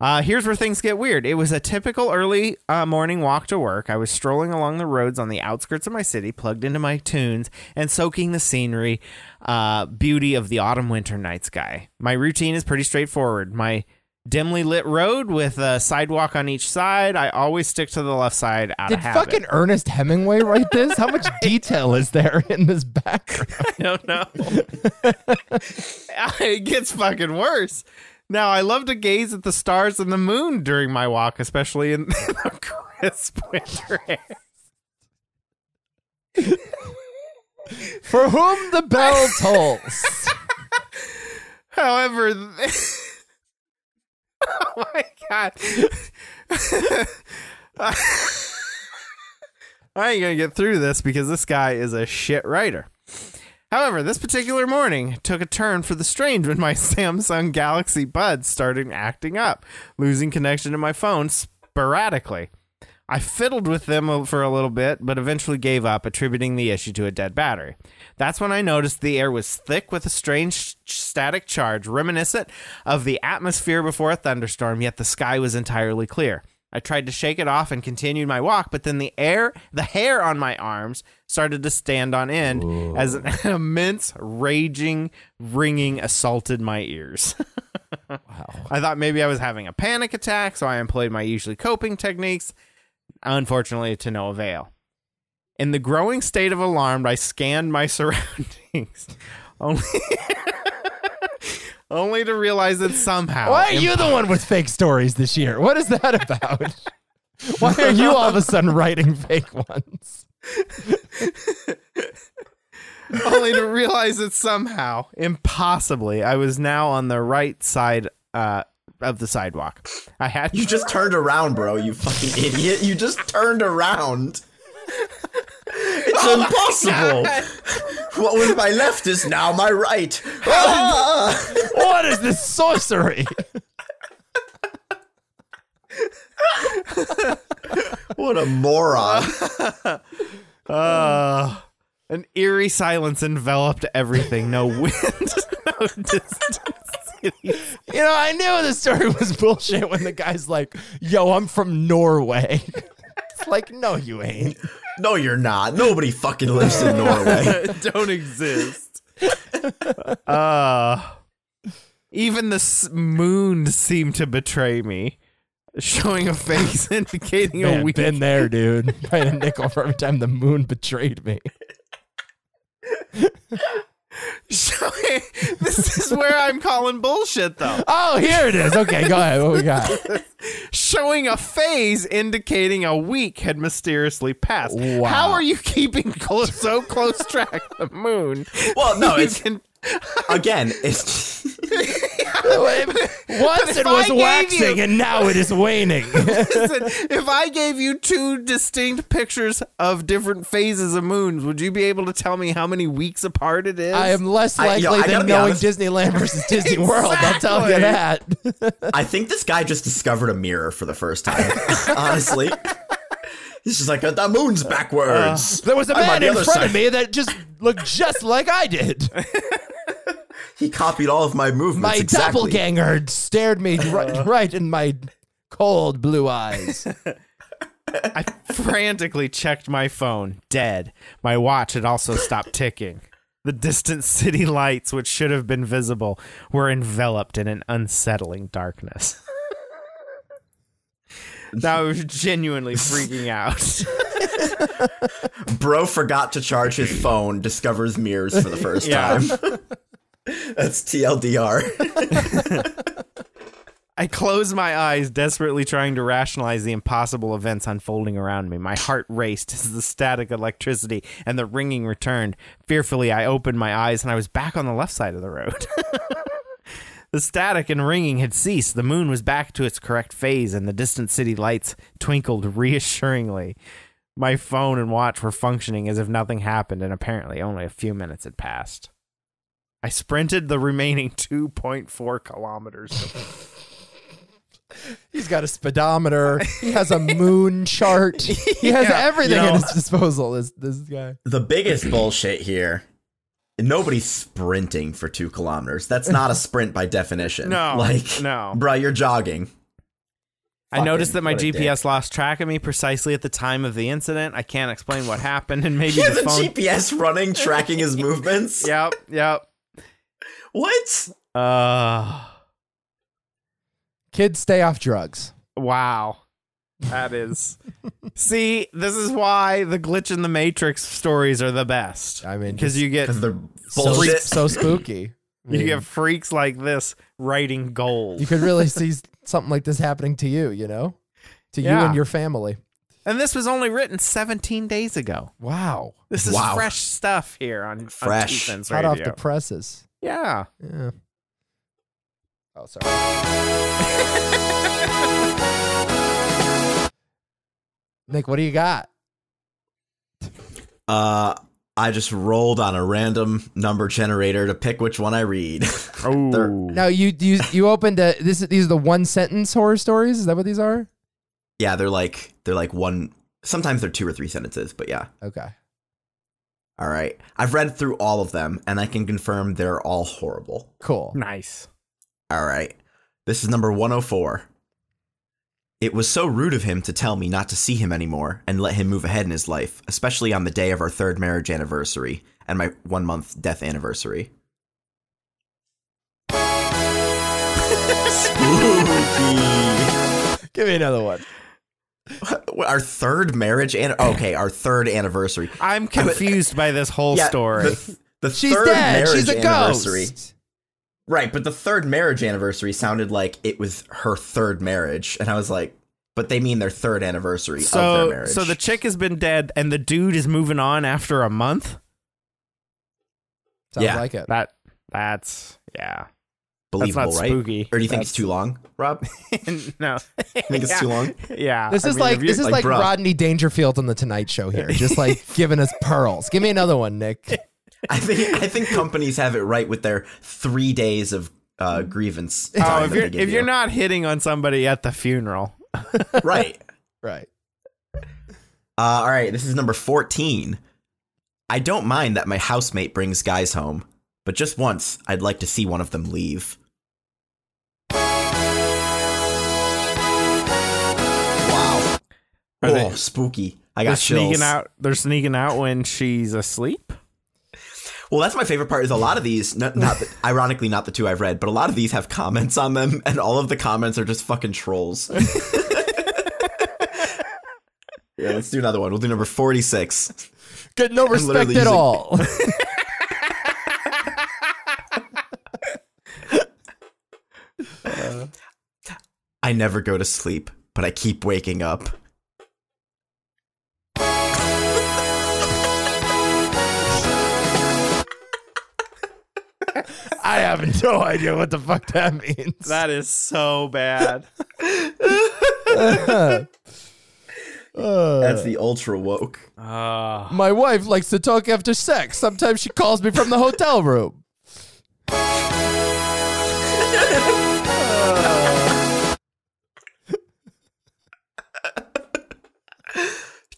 Speaker 1: Uh, here's where things get weird. It was a typical early uh, morning walk to work. I was strolling along the roads on the outskirts of my city, plugged into my tunes, and soaking the scenery, uh, beauty of the autumn winter night sky. My routine is pretty straightforward. My dimly lit road with a sidewalk on each side. I always stick to the left side out
Speaker 4: Did
Speaker 1: of habit.
Speaker 4: fucking Ernest Hemingway write this? How much detail is there in this background?
Speaker 1: I don't know. it gets fucking worse. Now, I love to gaze at the stars and the moon during my walk, especially in the crisp winter air.
Speaker 4: For whom the bell tolls.
Speaker 1: However, th- oh my god. I ain't gonna get through this because this guy is a shit writer. However, this particular morning took a turn for the strange when my Samsung Galaxy Buds started acting up, losing connection to my phone sporadically. I fiddled with them for a little bit, but eventually gave up, attributing the issue to a dead battery. That's when I noticed the air was thick with a strange static charge, reminiscent of the atmosphere before a thunderstorm, yet the sky was entirely clear. I tried to shake it off and continued my walk, but then the air, the hair on my arms started to stand on end as an immense, raging, ringing assaulted my ears. I thought maybe I was having a panic attack, so I employed my usually coping techniques, unfortunately, to no avail. In the growing state of alarm, I scanned my surroundings, only, only to realize that somehow.
Speaker 4: Why are you the one with fake stories this year? What is that about? Why are you all of a sudden writing fake ones?
Speaker 1: only to realize that somehow, impossibly, I was now on the right side uh, of the sidewalk. I had
Speaker 5: You just turned around, bro. You fucking idiot. You just turned around. It's
Speaker 4: Oh
Speaker 5: impossible. What was my left is now my right. Ah!
Speaker 4: What is this sorcery?
Speaker 5: What a moron.
Speaker 1: Uh, an eerie silence enveloped everything. No wind, no distance.
Speaker 4: You know, I knew the story was bullshit when the guy's like, yo, I'm from Norway. It's like, no, you ain't.
Speaker 5: No, you're not. Nobody fucking lives in Norway.
Speaker 1: don't exist. uh, even the s- moon seemed to betray me, showing a face indicating a
Speaker 4: Man,
Speaker 1: weak
Speaker 4: been there, dude. Paid a nickel for every time the moon betrayed me.
Speaker 1: showing. This is where I'm calling bullshit, though.
Speaker 4: Oh, here it is. Okay, go ahead. What we got?
Speaker 1: Showing a phase indicating a week had mysteriously passed.
Speaker 4: Wow.
Speaker 1: How are you keeping close, so close track of the moon?
Speaker 5: Well, no,
Speaker 1: You
Speaker 5: it's
Speaker 1: can-
Speaker 5: again, it's
Speaker 4: Once it
Speaker 1: If I
Speaker 4: was
Speaker 1: gave
Speaker 4: waxing,
Speaker 1: you-
Speaker 4: and now it is waning.
Speaker 1: Listen, if I gave you two distinct pictures of different phases of moons, would you be able to tell me how many weeks apart it is?
Speaker 4: I am less
Speaker 5: I-
Speaker 4: likely
Speaker 5: yo, I gotta
Speaker 4: than
Speaker 5: be
Speaker 4: knowing
Speaker 5: honest.
Speaker 4: Disneyland versus Disney World. I'll tell you that.
Speaker 5: I think this guy just discovered a mirror for the first time. Honestly. He's just like, the moon's backwards.
Speaker 4: Uh, There was a
Speaker 5: I'm on
Speaker 4: man
Speaker 5: the
Speaker 4: in
Speaker 5: other
Speaker 4: front of
Speaker 5: side.
Speaker 4: me that just looked just like I did.
Speaker 5: He copied all of my movements.
Speaker 4: My
Speaker 5: exactly.
Speaker 4: doppelganger stared me right, right in my cold blue eyes.
Speaker 1: I frantically checked my phone, dead. My watch had also stopped ticking. The distant city lights, which should have been visible, were enveloped in an unsettling darkness. now I was genuinely freaking out.
Speaker 5: Bro forgot to charge his phone, discovers mirrors for the first
Speaker 1: Yeah.
Speaker 5: time. That's TLDR.
Speaker 1: I closed my eyes, desperately trying to rationalize the impossible events unfolding around me. My heart raced as the static electricity and the ringing returned. Fearfully, I opened my eyes and I was back on the left side of the road. the static and ringing had ceased. The moon was back to its correct phase, and the distant city lights twinkled reassuringly. My phone and watch were functioning as if nothing happened, and apparently only a few minutes had passed. I sprinted the remaining 2.4 kilometers.
Speaker 4: He's got a speedometer. He has a moon chart. He has everything
Speaker 5: you know-
Speaker 4: at his disposal. This this guy.
Speaker 5: the biggest bullshit here. Nobody's sprinting for two kilometers. That's not a sprint by definition.
Speaker 1: No,
Speaker 5: like,
Speaker 1: no.
Speaker 5: bro, you're jogging.
Speaker 1: I noticed that my
Speaker 5: Fucking- what a
Speaker 1: GPS lost track of me precisely at the time of the incident. I can't explain what happened, and maybe
Speaker 5: He has
Speaker 1: the
Speaker 5: a
Speaker 1: phone.
Speaker 5: GPS running, tracking his movements.
Speaker 1: Yep, yep.
Speaker 5: What?
Speaker 1: Uh,
Speaker 4: Kids stay off drugs.
Speaker 1: wow, that is. See, this is why the glitch in the matrix stories are the best.
Speaker 4: I mean,
Speaker 1: because you get
Speaker 5: Because they're
Speaker 4: So,
Speaker 5: bullshit.
Speaker 4: so spooky. I
Speaker 1: you
Speaker 4: mean,
Speaker 1: get freaks like this writing gold.
Speaker 4: you could really see something like this happening to you, you know? To you
Speaker 1: Yeah.
Speaker 4: and your family.
Speaker 1: and this was only written 17 days ago.
Speaker 4: Wow.
Speaker 1: This is
Speaker 5: Wow.
Speaker 1: fresh stuff here on
Speaker 5: Fresh.
Speaker 1: on T-Sense
Speaker 4: Hot off the
Speaker 1: Radio.
Speaker 4: presses.
Speaker 1: yeah.
Speaker 4: Yeah. Oh, sorry. Nick, what do you got?
Speaker 5: Uh, I just rolled on a random number generator to pick which one I read.
Speaker 1: Oh,
Speaker 4: Now you you you opened a this these are the one sentence horror stories. Is that what these are?
Speaker 5: yeah, they're like they're like one. Sometimes they're two or three sentences, but yeah.
Speaker 4: Okay.
Speaker 5: All right, I've read through all of them, and I can confirm they're all horrible.
Speaker 4: Cool.
Speaker 1: nice.
Speaker 5: All right. This is number 104. It was so rude of him to tell me not to see him anymore and let him move ahead in his life, especially on the day of our third marriage anniversary and my one month death anniversary. Spooky.
Speaker 4: Give me another one.
Speaker 5: our third marriage and okay, our third anniversary.
Speaker 1: I'm confused by this whole
Speaker 5: Yeah,
Speaker 1: story.
Speaker 5: The, the
Speaker 4: She's
Speaker 5: third
Speaker 4: dead.
Speaker 5: marriage
Speaker 4: She's a
Speaker 5: anniversary.
Speaker 4: ghost.
Speaker 5: Right, but the third marriage anniversary sounded like it was her third marriage, and I was like, but they mean their third anniversary of their
Speaker 1: so,
Speaker 5: marriage.
Speaker 1: so the chick has been dead, and the dude is moving on after a month.
Speaker 4: Sounds
Speaker 5: Yeah.
Speaker 4: like it.
Speaker 1: That that's yeah.
Speaker 5: believable,
Speaker 1: that's not
Speaker 5: right?
Speaker 1: spooky.
Speaker 5: Or do you think it's too long, Rob? you
Speaker 1: no,
Speaker 5: think it's
Speaker 1: yeah.
Speaker 5: too long?
Speaker 1: Yeah,
Speaker 4: This
Speaker 1: I
Speaker 4: is
Speaker 1: mean,
Speaker 4: like
Speaker 1: if you-
Speaker 4: this is
Speaker 5: like,
Speaker 4: like,
Speaker 5: bruh.
Speaker 4: Rodney Dangerfield on the Tonight Show here, just like giving us pearls. Give me another one, Nick.
Speaker 5: I think I think companies have it right with their three days of uh, grievance.
Speaker 1: oh,
Speaker 5: time
Speaker 1: if
Speaker 5: that
Speaker 1: you're
Speaker 5: they give
Speaker 1: if you're
Speaker 5: you.
Speaker 1: not hitting on somebody at the funeral,
Speaker 5: right,
Speaker 4: Right.
Speaker 5: Uh, all right, this is number 14. I don't mind that my housemate brings guys home, but just once, I'd like to see one of them leave. Wow.
Speaker 1: Are
Speaker 5: oh,
Speaker 1: they-
Speaker 5: spooky. I
Speaker 1: they're
Speaker 5: got chills.
Speaker 1: sneaking out. They're sneaking out when she's asleep.
Speaker 5: Well, that's my favorite part is a lot of these, not, not the, ironically not the two I've read, but a lot of these have comments on them, and all of the comments are just fucking trolls. yeah, let's do another one. We'll do number 46.
Speaker 4: Get no
Speaker 5: literally
Speaker 4: respect at
Speaker 5: using-
Speaker 4: all.
Speaker 5: I never go to sleep, but I keep waking up.
Speaker 4: I have no idea what the fuck that means.
Speaker 1: That is so bad.
Speaker 4: Uh,
Speaker 5: That's the ultra woke.
Speaker 1: Uh,
Speaker 4: my wife likes to talk after sex. Sometimes she calls me from the hotel room.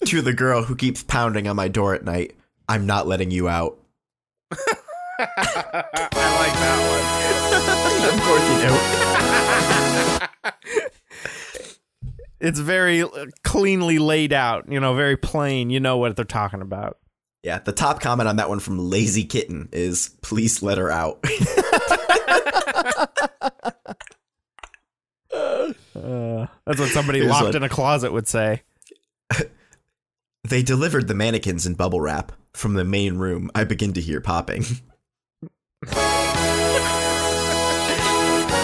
Speaker 5: to the girl who keeps pounding on my door at night, I'm not letting you out.
Speaker 1: I like that one.
Speaker 5: of course you do.
Speaker 1: It's very uh, cleanly laid out. You know, very plain. You know what they're talking about.
Speaker 5: Yeah, the top comment on that one from Lazy Kitten is please let her out.
Speaker 1: Uh, that's what somebody
Speaker 5: Here's
Speaker 1: locked
Speaker 5: one.
Speaker 1: in a closet would say.
Speaker 5: they delivered the mannequins in bubble wrap. From the main room, I begin to hear popping.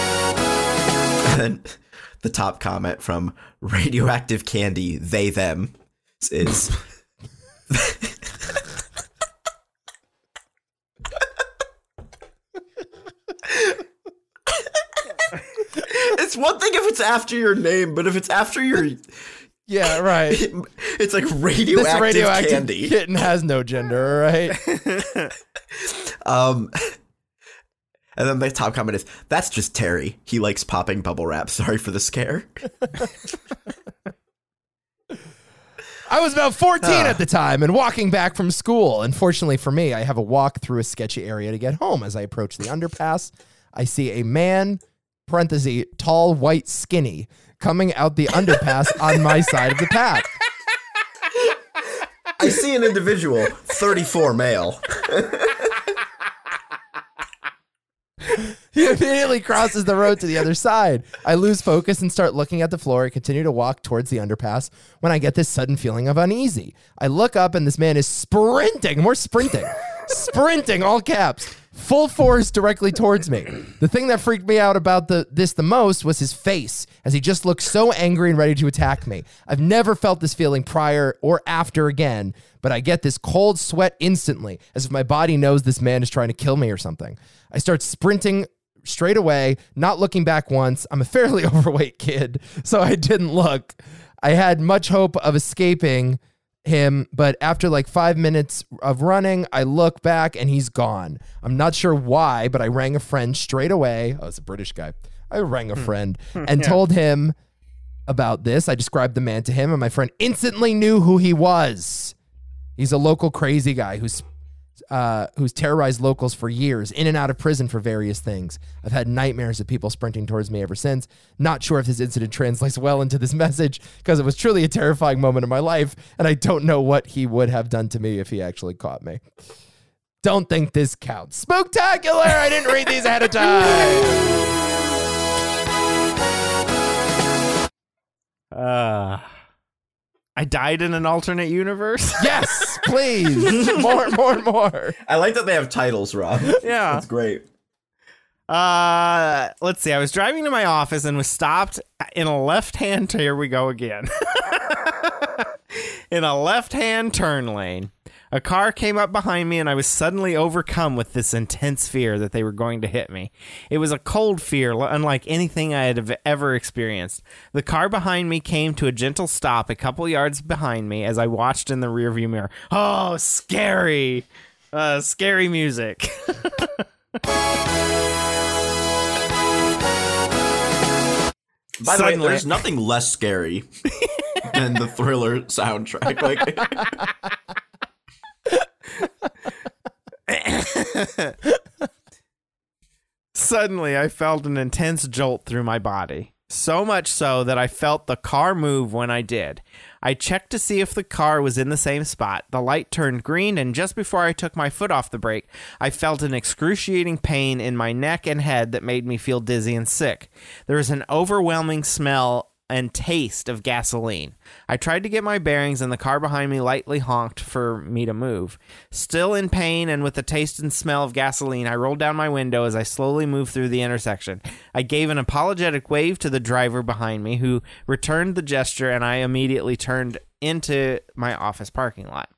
Speaker 5: and then the top comment from Radioactive Candy, they, them, is. it's one thing if it's after your name, but if it's after your.
Speaker 4: Yeah, right.
Speaker 5: It's like radioactive,
Speaker 4: this radioactive
Speaker 5: candy.
Speaker 4: kitten has no gender, all right?
Speaker 5: Um, and then the top comment is, "That's just Terry. He likes popping bubble wrap. Sorry for the scare."
Speaker 4: I was about 14
Speaker 5: Ah.
Speaker 4: at the time and walking back from school. Unfortunately for me, I have a walk through a sketchy area to get home. As I approach the underpass, I see a man, parenthesis, tall, white, skinny, coming out the underpass on my side of the path.
Speaker 5: I see an individual, thirty-four male.
Speaker 4: He immediately crosses the road to the other side. I lose focus and start looking at the floor. I continue to walk towards the underpass when I get this sudden feeling of uneasy. I look up and this man is sprinting, more sprinting, sprinting, all caps, full force directly towards me. The thing that freaked me out about the this the most was his face, as he just looked so angry and ready to attack me. I've never felt this feeling prior or after again, but I get this cold sweat instantly, as if my body knows this man is trying to kill me or something. I start sprinting straight away, not looking back once. I'm a fairly overweight kid, so I didn't look. I had much hope of escaping him, but after like five minutes of running, I look back and he's gone. I'm not sure why, but I rang a friend straight away. I was a British guy. I rang a friend and told him about this. I described the man to him, and my friend instantly knew who he was. He's a local crazy guy who's uh, who's terrorized locals for years, in and out of prison for various things. I've had nightmares of people sprinting towards me ever since. Not sure if this incident translates well into this message because it was truly a terrifying moment in my life, and I don't know what he would have done to me if he actually caught me. Don't think this counts. Spooktacular! I didn't read these ahead of time.
Speaker 1: Uh, I died in an alternate universe.
Speaker 4: Yes, please. More, more, more.
Speaker 5: I like that they have titles, Rob.
Speaker 1: yeah.
Speaker 5: That's great.
Speaker 1: Uh, let's see. I was driving to my office and was stopped in a left hand. Here we go again. in a left hand turn lane. A car came up behind me, and I was suddenly overcome with this intense fear that they were going to hit me. It was a cold fear, l- unlike anything I had ev- ever experienced. The car behind me came to a gentle stop a couple yards behind me as I watched in the rearview mirror. Oh, scary! Uh, scary music.
Speaker 5: By the
Speaker 1: Suddenly-
Speaker 5: way, there's nothing less scary than the thriller soundtrack. Like
Speaker 1: Suddenly, I felt an intense jolt through my body. So much so that I felt the car move when I did. I checked to see if the car was in the same spot. The light turned green, and just before I took my foot off the brake, I felt an excruciating pain in my neck and head that made me feel dizzy and sick. There was an overwhelming smell and taste of gasoline. I tried to get my bearings, and the car behind me lightly honked for me to move. Still in pain and with the taste and smell of gasoline, I rolled down my window as I slowly moved through the intersection. I gave an apologetic wave to the driver behind me, who returned the gesture, and I immediately turned into my office parking lot.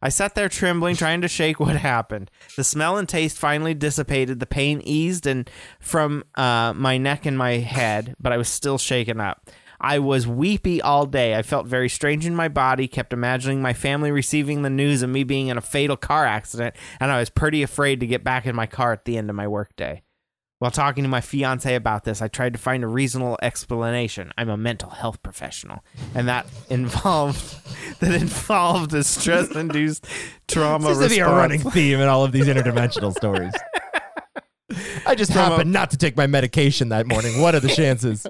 Speaker 1: I sat there trembling, trying to shake what happened. The smell and taste finally dissipated. The pain eased and from uh, my neck and my head, but I was still shaken up. I was weepy all day. I felt very strange in my body, kept imagining my family receiving the news of me being in a fatal car accident, and I was pretty afraid to get back in my car at the end of my workday. While talking to my fiance about this, I tried to find a reasonable explanation. I'm a mental health professional, and that involved that involved a stress-induced trauma
Speaker 4: Seems to be a
Speaker 1: response.
Speaker 4: running theme in all of these interdimensional stories. I just happened not to take my medication that morning. What are the chances?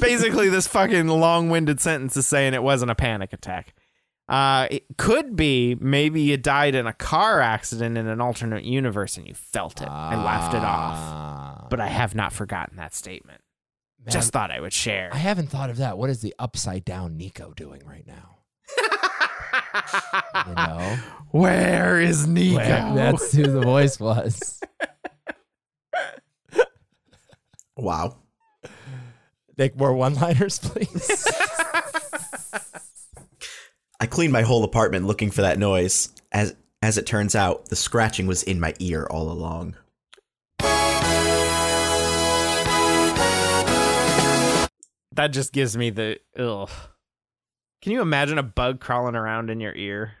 Speaker 1: basically this fucking long-winded sentence is saying it wasn't a panic attack. Uh, it could be maybe you died in a car accident in an alternate universe and you felt it and laughed it off.
Speaker 4: Ah.
Speaker 1: But I have not forgotten that statement.
Speaker 4: Man,
Speaker 1: Just thought I would share.
Speaker 4: I haven't thought of that. What is the upside down Nico doing right now? you know?
Speaker 1: Where is Nico?
Speaker 4: That's who the voice was.
Speaker 5: Wow.
Speaker 4: Nick, more one liners, please.
Speaker 5: I cleaned my whole apartment looking for that noise. As as it turns out, the scratching was in my ear all along.
Speaker 1: That just gives me the ugh. Can you imagine a bug crawling around in your ear?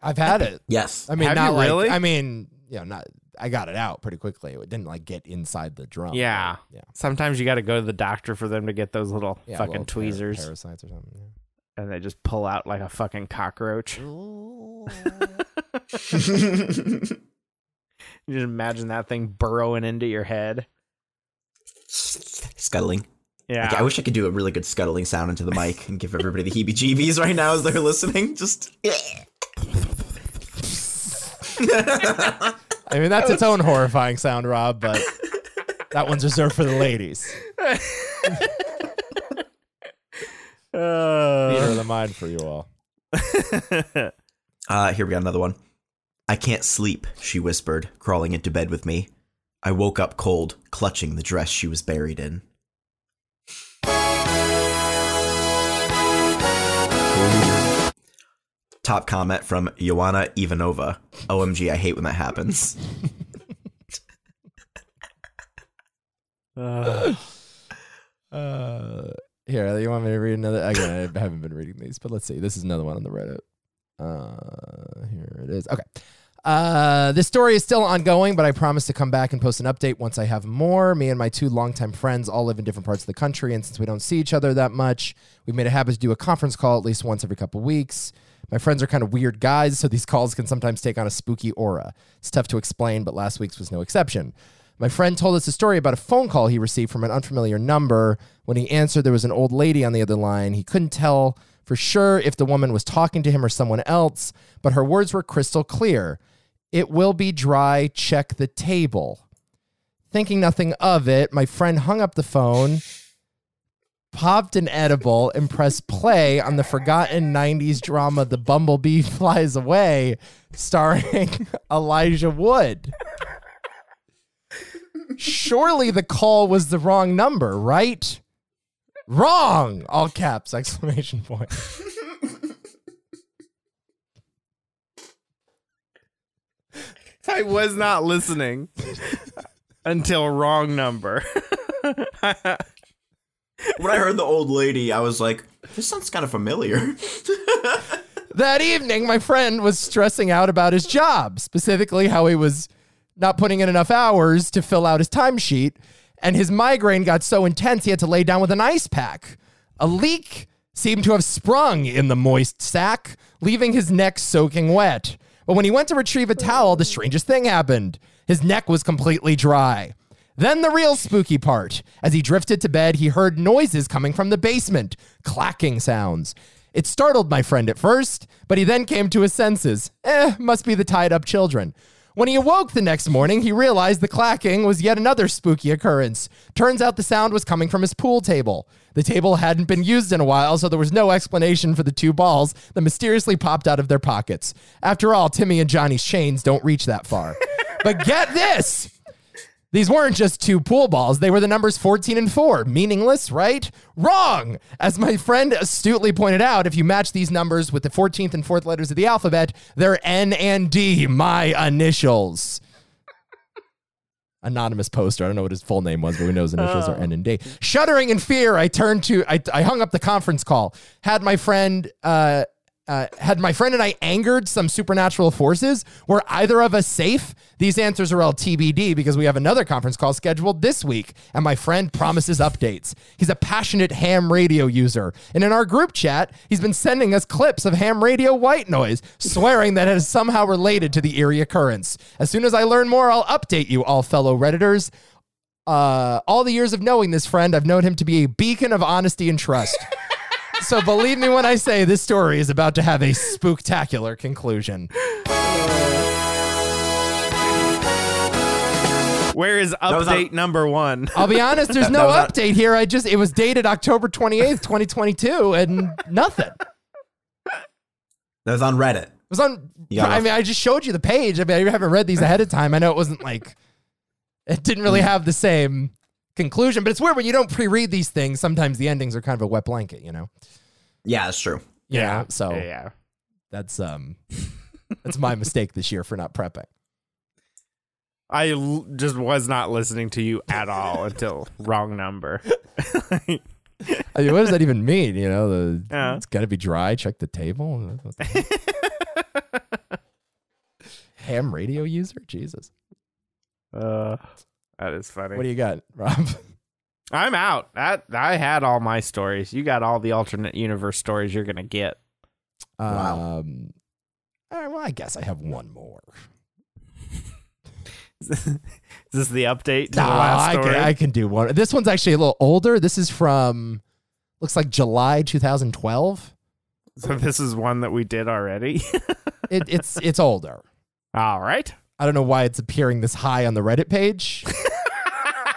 Speaker 4: I've had it.
Speaker 5: Yes.
Speaker 4: I mean,
Speaker 1: Have
Speaker 4: not
Speaker 1: you
Speaker 4: like,
Speaker 1: really?
Speaker 4: I mean, you know, not. I got it out pretty quickly. It didn't like get inside the drum.
Speaker 1: Yeah.
Speaker 4: Yeah.
Speaker 1: Sometimes you got to go to the doctor for them to get those little
Speaker 4: Yeah,
Speaker 1: fucking
Speaker 4: little par-
Speaker 1: tweezers,
Speaker 4: parasites or something. yeah.
Speaker 1: and they just pull out like a fucking cockroach. You just imagine that thing burrowing into your head.
Speaker 5: scuttling.
Speaker 1: Yeah.
Speaker 5: Like, I wish I could do a really good scuttling sound into the mic and give everybody the heebie-jeebies right now as they're listening. Just
Speaker 4: I mean, that's its own horrifying sound, Rob, but that one's reserved for the ladies. Theater of the mind for you all.
Speaker 5: Uh, here we got another one. I can't sleep, she whispered, crawling into bed with me. I woke up cold, clutching the dress she was buried in. Ooh. Top comment from Joanna Ivanova. OMG, I hate when that happens.
Speaker 1: Ugh.
Speaker 4: Uh, Here, you want me to read another? Again, I haven't been reading these, but let's see. This is another one on the Reddit. Uh, here it is. Okay. Uh, this story is still ongoing, but I promise to come back and post an update once I have more. Me and my two longtime friends all live in different parts of the country, and since we don't see each other that much, we've made a habit to do a conference call at least once every couple weeks. My friends are kind of weird guys, so these calls can sometimes take on a spooky aura. It's tough to explain, but last week's was no exception. My friend told us a story about a phone call he received from an unfamiliar number. When he answered, there was an old lady on the other line. He couldn't tell for sure if the woman was talking to him or someone else, but her words were crystal clear It will be dry, check the table. Thinking nothing of it, my friend hung up the phone, popped an edible, and pressed play on the forgotten 90s drama The Bumblebee Flies Away, starring Elijah Wood surely the call was the wrong number, right? Wrong! All caps, exclamation point.
Speaker 1: I was not listening until wrong number.
Speaker 5: When I heard the old lady, I was like, this sounds kind of familiar.
Speaker 4: That evening, my friend was stressing out about his job, specifically how he was not putting in enough hours to fill out his timesheet, and his migraine got so intense he had to lay down with an ice pack. A leak seemed to have sprung in the moist sack, leaving his neck soaking wet. But when he went to retrieve a towel, the strangest thing happened. His neck was completely dry. Then the real spooky part. As he drifted to bed, he heard noises coming from the basement, clacking sounds. It startled my friend at first, but he then came to his senses. Eh, must be the tied up children. When he awoke the next morning, he realized the clacking was yet another spooky occurrence. Turns out the sound was coming from his pool table. The table hadn't been used in a while, so there was no explanation for the two balls that mysteriously popped out of their pockets. After all, Timmy and Johnny's chains don't reach that far. but get this! These weren't just two pool balls, they were the numbers 14 and 4. Meaningless, right? Wrong! As my friend astutely pointed out, if you match these numbers with the 14th and 4th letters of the alphabet, they're N and D, my initials. Anonymous poster. I don't know what his full name was, but we know his initials are N and D. Shuddering in fear, I turned to, I, I hung up the conference call. Had my friend, uh, uh, had my friend and I angered some supernatural forces? Were either of us safe? These answers are all TBD because we have another conference call scheduled this week, and my friend promises updates. He's a passionate ham radio user, and in our group chat, he's been sending us clips of ham radio white noise, swearing that it is somehow related to the eerie occurrence. As soon as I learn more, I'll update you, all fellow Redditors. Uh, all the years of knowing this friend, I've known him to be a beacon of honesty and trust. So believe me when I say this story is about to have a spooktacular conclusion.
Speaker 1: Where is
Speaker 5: was
Speaker 1: update
Speaker 5: on-
Speaker 1: number one?
Speaker 4: I'll be honest, there's no
Speaker 5: was not-
Speaker 4: update here. I just it was dated October 28th, 2022 and nothing. It
Speaker 5: That was on Reddit.
Speaker 4: was on
Speaker 5: Yeah.
Speaker 4: I mean, I just showed you the page. I mean, I haven't read these ahead of time. I know it wasn't like it didn't really have the same conclusion, but it's weird when you don't pre-read these things, sometimes the endings are kind of a wet blanket, you know.
Speaker 5: Yeah, that's true.
Speaker 4: Yeah, so
Speaker 1: yeah.
Speaker 4: that's um that's my mistake this year for not prepping.
Speaker 1: I l- just was not listening to you at all until wrong number.
Speaker 4: I mean, what does that even mean? You know, the
Speaker 1: Yeah.
Speaker 4: it's got to be dry. Check the table. Ham radio user, Jesus.
Speaker 1: Uh, that is funny.
Speaker 4: What do you got, Rob?
Speaker 1: I'm out. That I had all my stories. You got all the alternate universe stories you're gonna get.
Speaker 5: Wow.
Speaker 4: Um, all right, well, I guess I have one more.
Speaker 1: Is this the update to the
Speaker 4: Nah,
Speaker 1: last
Speaker 4: I, can,
Speaker 1: story?
Speaker 4: I can do one. This one's actually a little older. This is from looks like July 2012.
Speaker 1: so this is one that we did already.
Speaker 4: It, it's it's older.
Speaker 1: all right.
Speaker 4: I don't know why it's appearing this high on the Reddit page.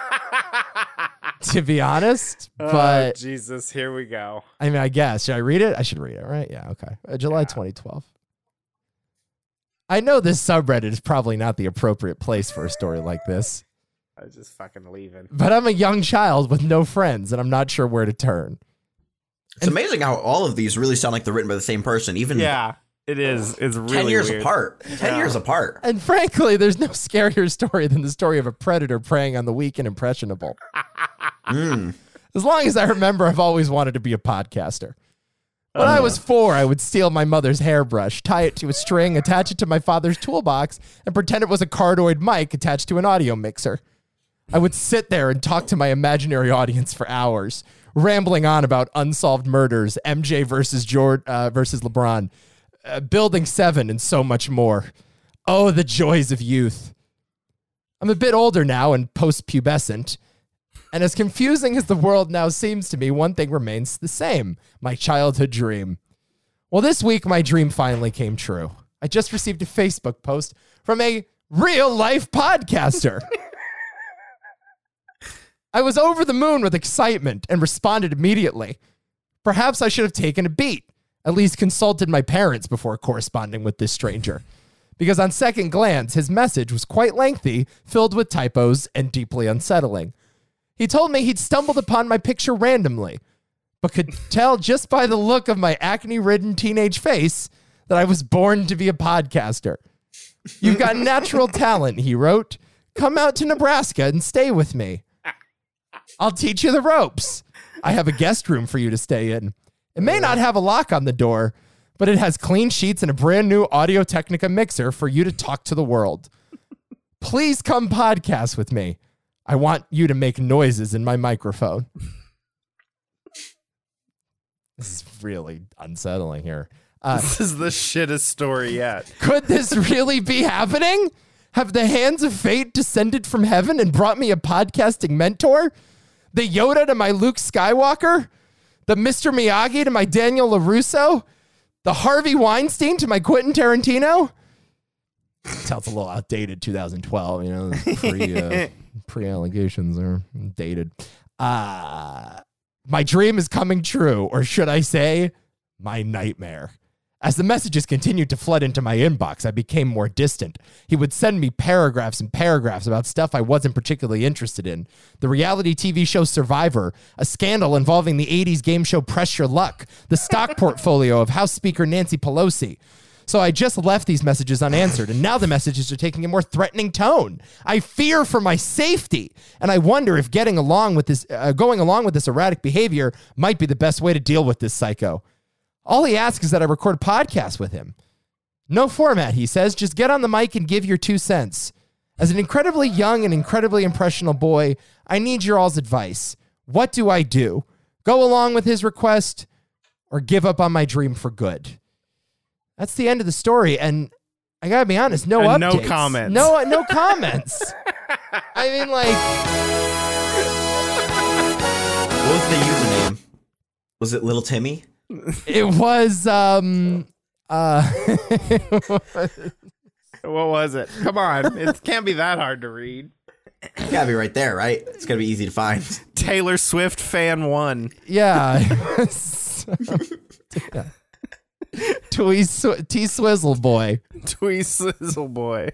Speaker 4: to be honest,
Speaker 1: oh,
Speaker 4: but
Speaker 1: Jesus, here we go.
Speaker 4: I mean, I guess. Should I read it? I should read it, right? Yeah, okay. Uh, July 2012. I know this subreddit is probably not the appropriate place for a story like this,
Speaker 1: I was just fucking leaving.
Speaker 4: but I'm a young child with no friends and I'm not sure where to turn.
Speaker 5: It's amazing how all of these really sound like they're written by the same person,
Speaker 4: Hmm.
Speaker 5: even
Speaker 1: Yeah, it is. It's really
Speaker 5: 10 years
Speaker 1: weird.
Speaker 5: apart. 10 years apart.
Speaker 4: And frankly, there's no scarier story than the story of a predator preying on the weak and impressionable. As long as I remember, I've always wanted to be a podcaster. When I was four, I would steal my mother's hairbrush, tie it to a string, attach it to my father's toolbox, and pretend it was a cardioid mic attached to an audio mixer. I would sit there and talk to my imaginary audience for hours, rambling on about unsolved murders, MJ versus George uh, versus LeBron, uh, Building Seven, and so much more. Oh, the joys of youth! I'm a bit older now and post-pubescent, and as confusing as the world now seems to me, one thing remains the same: my childhood dream. Well, this week my dream finally came true. I just received a Facebook post from a real life podcaster. I was over the moon with excitement and responded immediately. Perhaps I should have taken a beat, at least consulted my parents before corresponding with this stranger. Because on second glance, his message was quite lengthy, filled with typos, and deeply unsettling. He told me he'd stumbled upon my picture randomly, but could tell just by the look of my acne ridden teenage face that I was born to be a podcaster. You've got natural talent, he wrote. Come out to Nebraska and stay with me. I'll teach you the ropes. I have a guest room for you to stay in. It may not have a lock on the door, but it has clean sheets and a brand new Audio Technica mixer for you to talk to the world. Please come podcast with me. I want you to make noises in my microphone. This is really unsettling here. Uh,
Speaker 1: This is the shittest story yet.
Speaker 4: could this really be happening? Have the hands of fate descended from heaven and brought me a podcasting mentor? The Yoda to my Luke Skywalker? The Mr. Miyagi to my Daniel LaRusso? The Harvey Weinstein to my Quentin Tarantino? Sounds a little outdated 2012, you know, pre, uh, pre-allegations are dated. Uh, my dream is coming true, or should I say, my nightmare. As the messages continued to flood into my inbox, I became more distant. He would send me paragraphs and paragraphs about stuff I wasn't particularly interested in. The reality TV show Survivor, a scandal involving the 80s game show Press Your Luck, the stock portfolio of House Speaker Nancy Pelosi. So I just left these messages unanswered, and now the messages are taking a more threatening tone. I fear for my safety, and I wonder if getting along with this, uh, going along with this erratic behavior, might be the best way to deal with this psycho. All he asks is that I record a podcast with him. No format, he says. Just get on the mic and give your two cents. As an incredibly young and incredibly impressionable boy, I need your all's advice. What do I do? Go along with his request or give up on my dream for good? That's the end of the story. And I gotta be honest, no
Speaker 1: And no
Speaker 4: updates.
Speaker 1: comments.
Speaker 4: No, no comments. I mean, like,
Speaker 1: Uh,
Speaker 5: What was the username? Was it Little Timmy?
Speaker 4: it was, um, uh, it was-
Speaker 1: What was it? Come on. It can't be that hard to read.
Speaker 5: You gotta be right there, right? It's gonna be easy to find.
Speaker 1: Taylor Swift fan one.
Speaker 4: Yeah. it was- yeah. Twee Swi- T Swizzle Boy
Speaker 1: Twee Sizzle oh Boy.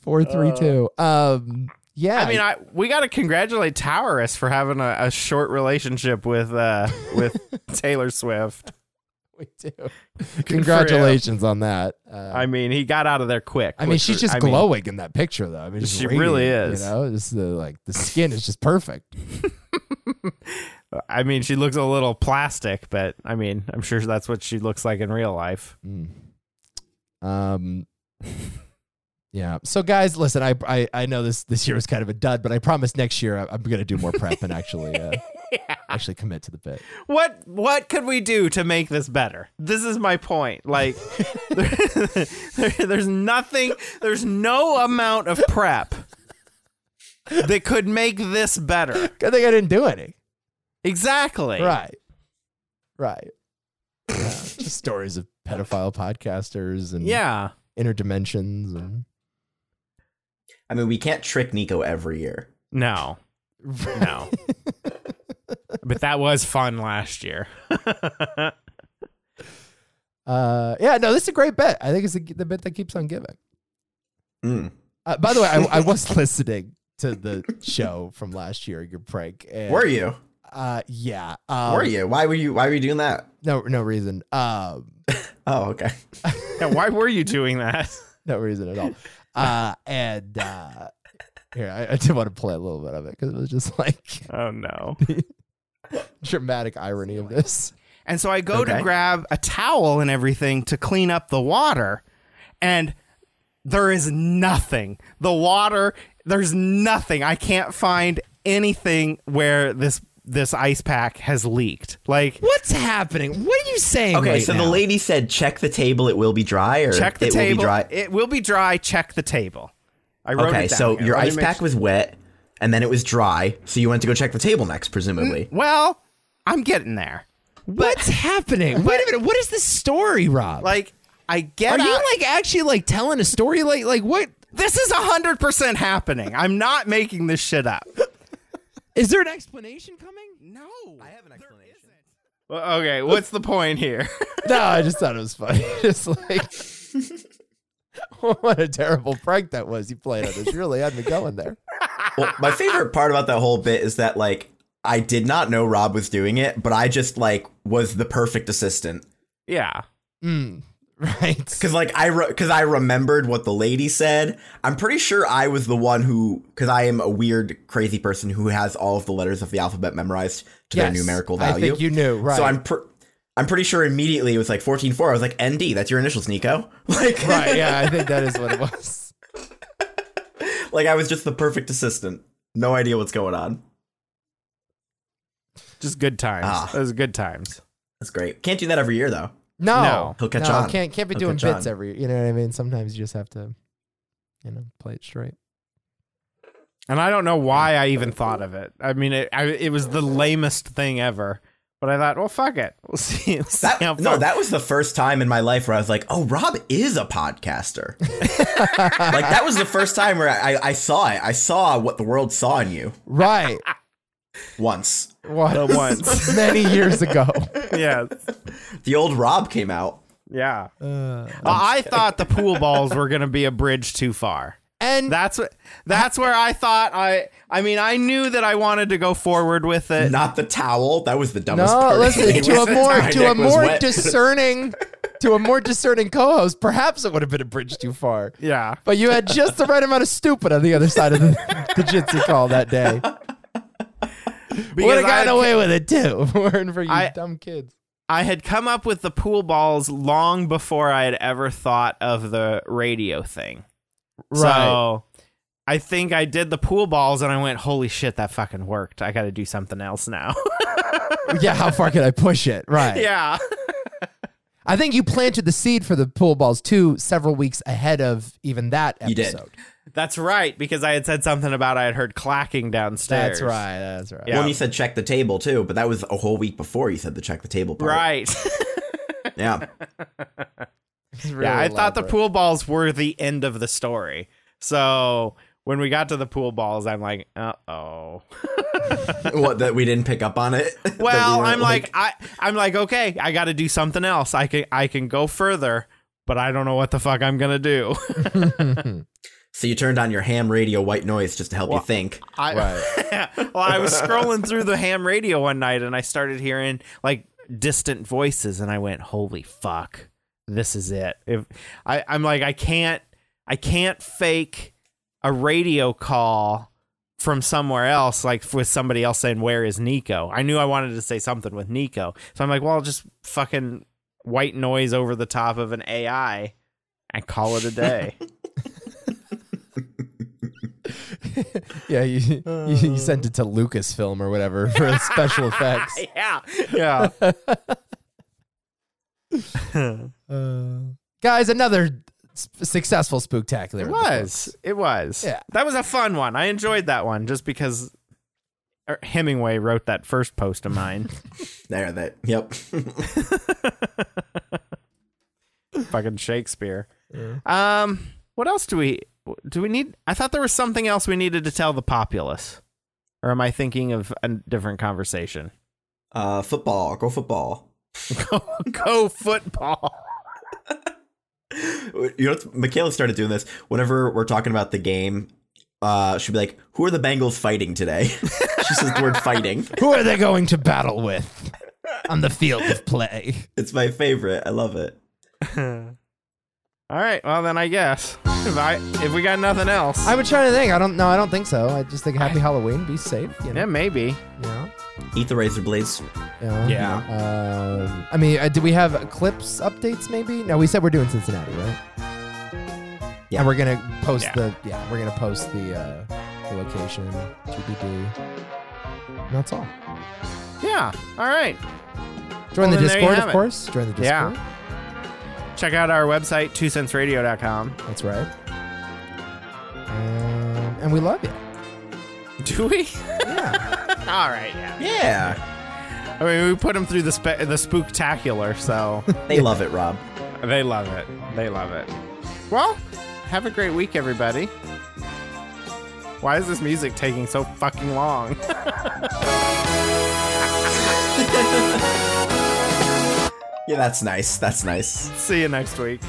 Speaker 4: four three two. Um. Yeah.
Speaker 1: I mean, I, we got to congratulate Taurus for having a, a short relationship with uh, with Taylor Swift.
Speaker 4: we do. Congratulations on that. Uh,
Speaker 1: I mean, he got out of there quick.
Speaker 4: I mean,
Speaker 1: which-
Speaker 4: she's just
Speaker 1: I mean,
Speaker 4: glowing in that picture, though. I mean, just
Speaker 1: She really
Speaker 4: radiant,
Speaker 1: is.
Speaker 4: You know, just the, like the skin is just perfect.
Speaker 1: I mean, she looks a little plastic, but I mean, I'm sure that's what she looks like in real life.
Speaker 4: Um. Yeah. So, guys, listen. I, I I know this this year was kind of a dud, but I promise next year I, I'm going to do more prep and actually uh, actually commit to the bit.
Speaker 1: What what could we do to make this better? This is my point. Like, there- there- there's nothing. There's no amount of prep that could make this better.
Speaker 4: Good thing I didn't do any.
Speaker 1: Exactly.
Speaker 4: Right. Right. Yeah, just stories of pedophile podcasters and
Speaker 1: Yeah.
Speaker 4: inner dimensions and
Speaker 5: I mean, we can't trick Nico every year.
Speaker 1: No. No. but that was fun last year.
Speaker 4: uh yeah, no, this is a great bet. I think it's the, the bit that keeps on giving.
Speaker 5: Mm.
Speaker 4: Uh, by the way, I, I was listening to the show from last year, your prank. And,
Speaker 5: Were you?
Speaker 4: Uh, yeah. Um,
Speaker 5: Were you? Why were you? Why were you doing that?
Speaker 4: No, no reason. Um,
Speaker 5: Oh, okay.
Speaker 1: yeah, why were you doing that?
Speaker 4: no reason at all. Uh, and uh, here I, I did want to play a little bit of it because it was just like
Speaker 1: Oh no.
Speaker 4: dramatic irony of this.
Speaker 1: And so I go to
Speaker 5: Okay.
Speaker 1: grab a towel and everything to clean up the water. And there is nothing. The water, there's nothing. I can't find anything where this this ice pack has leaked. Like
Speaker 9: What's happening? What are you saying?
Speaker 5: Okay,
Speaker 9: right
Speaker 5: so
Speaker 9: now?
Speaker 5: the lady said, "Check the table; it will be dry." Or
Speaker 1: check the
Speaker 5: it
Speaker 1: table.
Speaker 5: Will be dry.
Speaker 1: It will be dry. Check the table. I wrote
Speaker 5: okay,
Speaker 1: it down
Speaker 5: so
Speaker 1: here.
Speaker 5: your
Speaker 1: Let me
Speaker 5: ice
Speaker 1: make
Speaker 5: pack was wet, and then it was dry. So you went to go check the table next, presumably.
Speaker 1: sure- Well, I'm getting there.
Speaker 9: What's happening? Wait a minute. What is this story, Rob?
Speaker 1: Like I get
Speaker 9: are you
Speaker 1: out-
Speaker 9: like actually like telling a story? Like, like what
Speaker 1: this is 100% happening. I'm not making this shit up.
Speaker 9: is there an explanation coming?
Speaker 1: No. I have an explanation. Well, okay, what's the point here?
Speaker 4: No, I just thought it was funny. It's like, what a terrible prank that was you played on us. You really had me going there.
Speaker 5: Well, my favorite part about that whole bit is that like I did not know Rob was doing it, but I just like was the perfect assistant
Speaker 1: yeah.
Speaker 4: Mm, right.
Speaker 5: because like I because I remembered what the lady said. I'm pretty sure I was the one who because I am a weird crazy person who has all of the letters of the alphabet memorized to
Speaker 4: Yes,
Speaker 5: their numerical
Speaker 4: I
Speaker 5: value.
Speaker 4: think you knew, right.
Speaker 5: So I'm per- I'm pretty sure immediately it was like 14.4. I was like ND, that's your initials, Nico. Like
Speaker 4: right. Yeah, I think that is what it was.
Speaker 5: like I was just the perfect assistant. No idea what's going on.
Speaker 1: Just good times.
Speaker 5: Ah.
Speaker 1: Those are good times.
Speaker 5: That's great. Can't do that every year though.
Speaker 4: No,
Speaker 1: No,
Speaker 5: he'll catch
Speaker 4: no,
Speaker 5: on.
Speaker 4: Can't can't be
Speaker 5: He'll
Speaker 4: doing
Speaker 5: catch
Speaker 4: bits
Speaker 5: on.
Speaker 4: every. You know what I mean? Sometimes you just have to, you know, play it straight.
Speaker 1: And I don't know why I even thought of it. I mean, it, I, it was the lamest thing ever. But I thought, well, fuck it. We'll see. We'll see how
Speaker 5: That, no,
Speaker 1: far-
Speaker 5: that was the first time in my life where I was like, "Oh, Rob is a podcaster." like that was the first time where I, I saw it. I saw what the world saw in you
Speaker 4: Right.
Speaker 5: once.
Speaker 4: What?
Speaker 1: The once.
Speaker 4: Many years ago.
Speaker 1: yeah.
Speaker 5: The old Rob came out.
Speaker 1: Yeah. Well, I thought the pool balls were going to be a bridge too far.
Speaker 4: And
Speaker 1: That's what. That's where I thought I. I mean, I knew that I wanted to go forward with it.
Speaker 5: Not the towel. That was the dumbest.
Speaker 4: Uh, no,
Speaker 5: part
Speaker 4: listen to a more to a more
Speaker 5: dis-
Speaker 4: discerning to a more discerning co-host. Perhaps it would have been a bridge too far.
Speaker 1: Yeah.
Speaker 4: But you had just the right amount of stupid on the other side of the, the jitsi call that day. Would
Speaker 1: Because
Speaker 4: have gotten
Speaker 1: I-
Speaker 4: away with it too. if it Weren't for you
Speaker 1: I-
Speaker 4: dumb kids.
Speaker 1: I had come up with the pool balls long before I had ever thought of the radio thing. So I think I did the pool balls and I went, holy shit, that fucking worked. I got to do something else now.
Speaker 4: yeah, how far can I push it? Right.
Speaker 1: yeah.
Speaker 4: I think you planted the seed for the pool balls too several weeks ahead of even that episode.
Speaker 5: You did.
Speaker 1: That's right. Because I had said something about I had heard clacking downstairs.
Speaker 4: That's right. That's right.
Speaker 1: Yeah.
Speaker 5: When you said check the table too, but that was a whole week before you said the check the table part.
Speaker 1: Right.
Speaker 5: Yeah.
Speaker 4: It's really
Speaker 1: yeah. I thought the
Speaker 4: elaborate.
Speaker 1: pool balls were the end of the story. So when we got to the pool balls, I'm like, uh oh.
Speaker 5: what that we didn't pick up on it. That we
Speaker 1: Well,
Speaker 5: weren't,
Speaker 1: I'm like, I I'm like okay, I got to do something else. I can I can go further, but I don't know what the fuck I'm going to do.
Speaker 5: so you turned on your ham radio white noise just to help you think.
Speaker 1: I, well, I was scrolling through the ham radio one night and I started hearing like distant voices and I went, "Holy fuck. This is it." If I I'm like I can't I can't fake a radio call from somewhere else like with somebody else saying, "Where is Nico?" I knew I wanted to say something with Nico. So I'm like, "Well, I'll just fucking white noise over the top of an AI and call it a day."
Speaker 4: Yeah, you, you, you sent it to Lucasfilm or whatever for special effects.
Speaker 1: yeah. Yeah.
Speaker 4: Uh. Guys, another s- successful spooktacular. in
Speaker 1: It
Speaker 4: the
Speaker 1: was. It was.
Speaker 4: Yeah.
Speaker 1: That was a fun one. I enjoyed that one just because er, Hemingway wrote that first post of mine.
Speaker 5: There, that. Yep.
Speaker 1: Fucking Shakespeare. Um, what else do we do we need? I thought there was something else we needed to tell the populace. Or am I thinking of a different conversation?
Speaker 5: uh, football. Go football.
Speaker 1: Go, go football.
Speaker 5: You know, it's- Michaela started doing this whenever we're talking about the game. Uh, she'd be like, "Who are the Bengals fighting today?" she says the word "fighting."
Speaker 4: book. Who are they going to battle with on the field of play?
Speaker 5: It's my favorite. I love it.
Speaker 1: All right. Well, then I guess if I if we got nothing else,
Speaker 4: I was trying to think. I don't know. I don't think so. I just think Happy Halloween. Be safe. You
Speaker 1: yeah,
Speaker 4: know.
Speaker 1: maybe.
Speaker 4: Yeah.
Speaker 5: Eat the razor blades.
Speaker 4: Yeah.
Speaker 1: Yeah.
Speaker 4: Um, I mean, uh, do we have clips updates? Maybe. No, we said we're doing Cincinnati, right?
Speaker 5: Yeah.
Speaker 4: And we're gonna post
Speaker 1: Yeah.
Speaker 4: the. Yeah, we're gonna post the uh, the location. TBD. And that's all.
Speaker 1: Yeah. All right.
Speaker 4: Join
Speaker 1: Well,
Speaker 4: the
Speaker 1: then there you
Speaker 4: Discord,
Speaker 1: have
Speaker 4: of
Speaker 1: it.
Speaker 4: course. Join the Discord.
Speaker 1: Yeah. Check out our website, twocentsradio.com.
Speaker 4: That's right. Um, and we love you.
Speaker 1: Do we? All right. Yeah.
Speaker 5: Yeah.
Speaker 1: I mean, we put them through the spe- the spooktacular, so
Speaker 5: They love it, Rob.
Speaker 1: they love it. They love it. Well, have a great week, everybody. Why is this music taking so fucking long?
Speaker 5: Yeah, that's nice. That's nice.
Speaker 1: See you next week.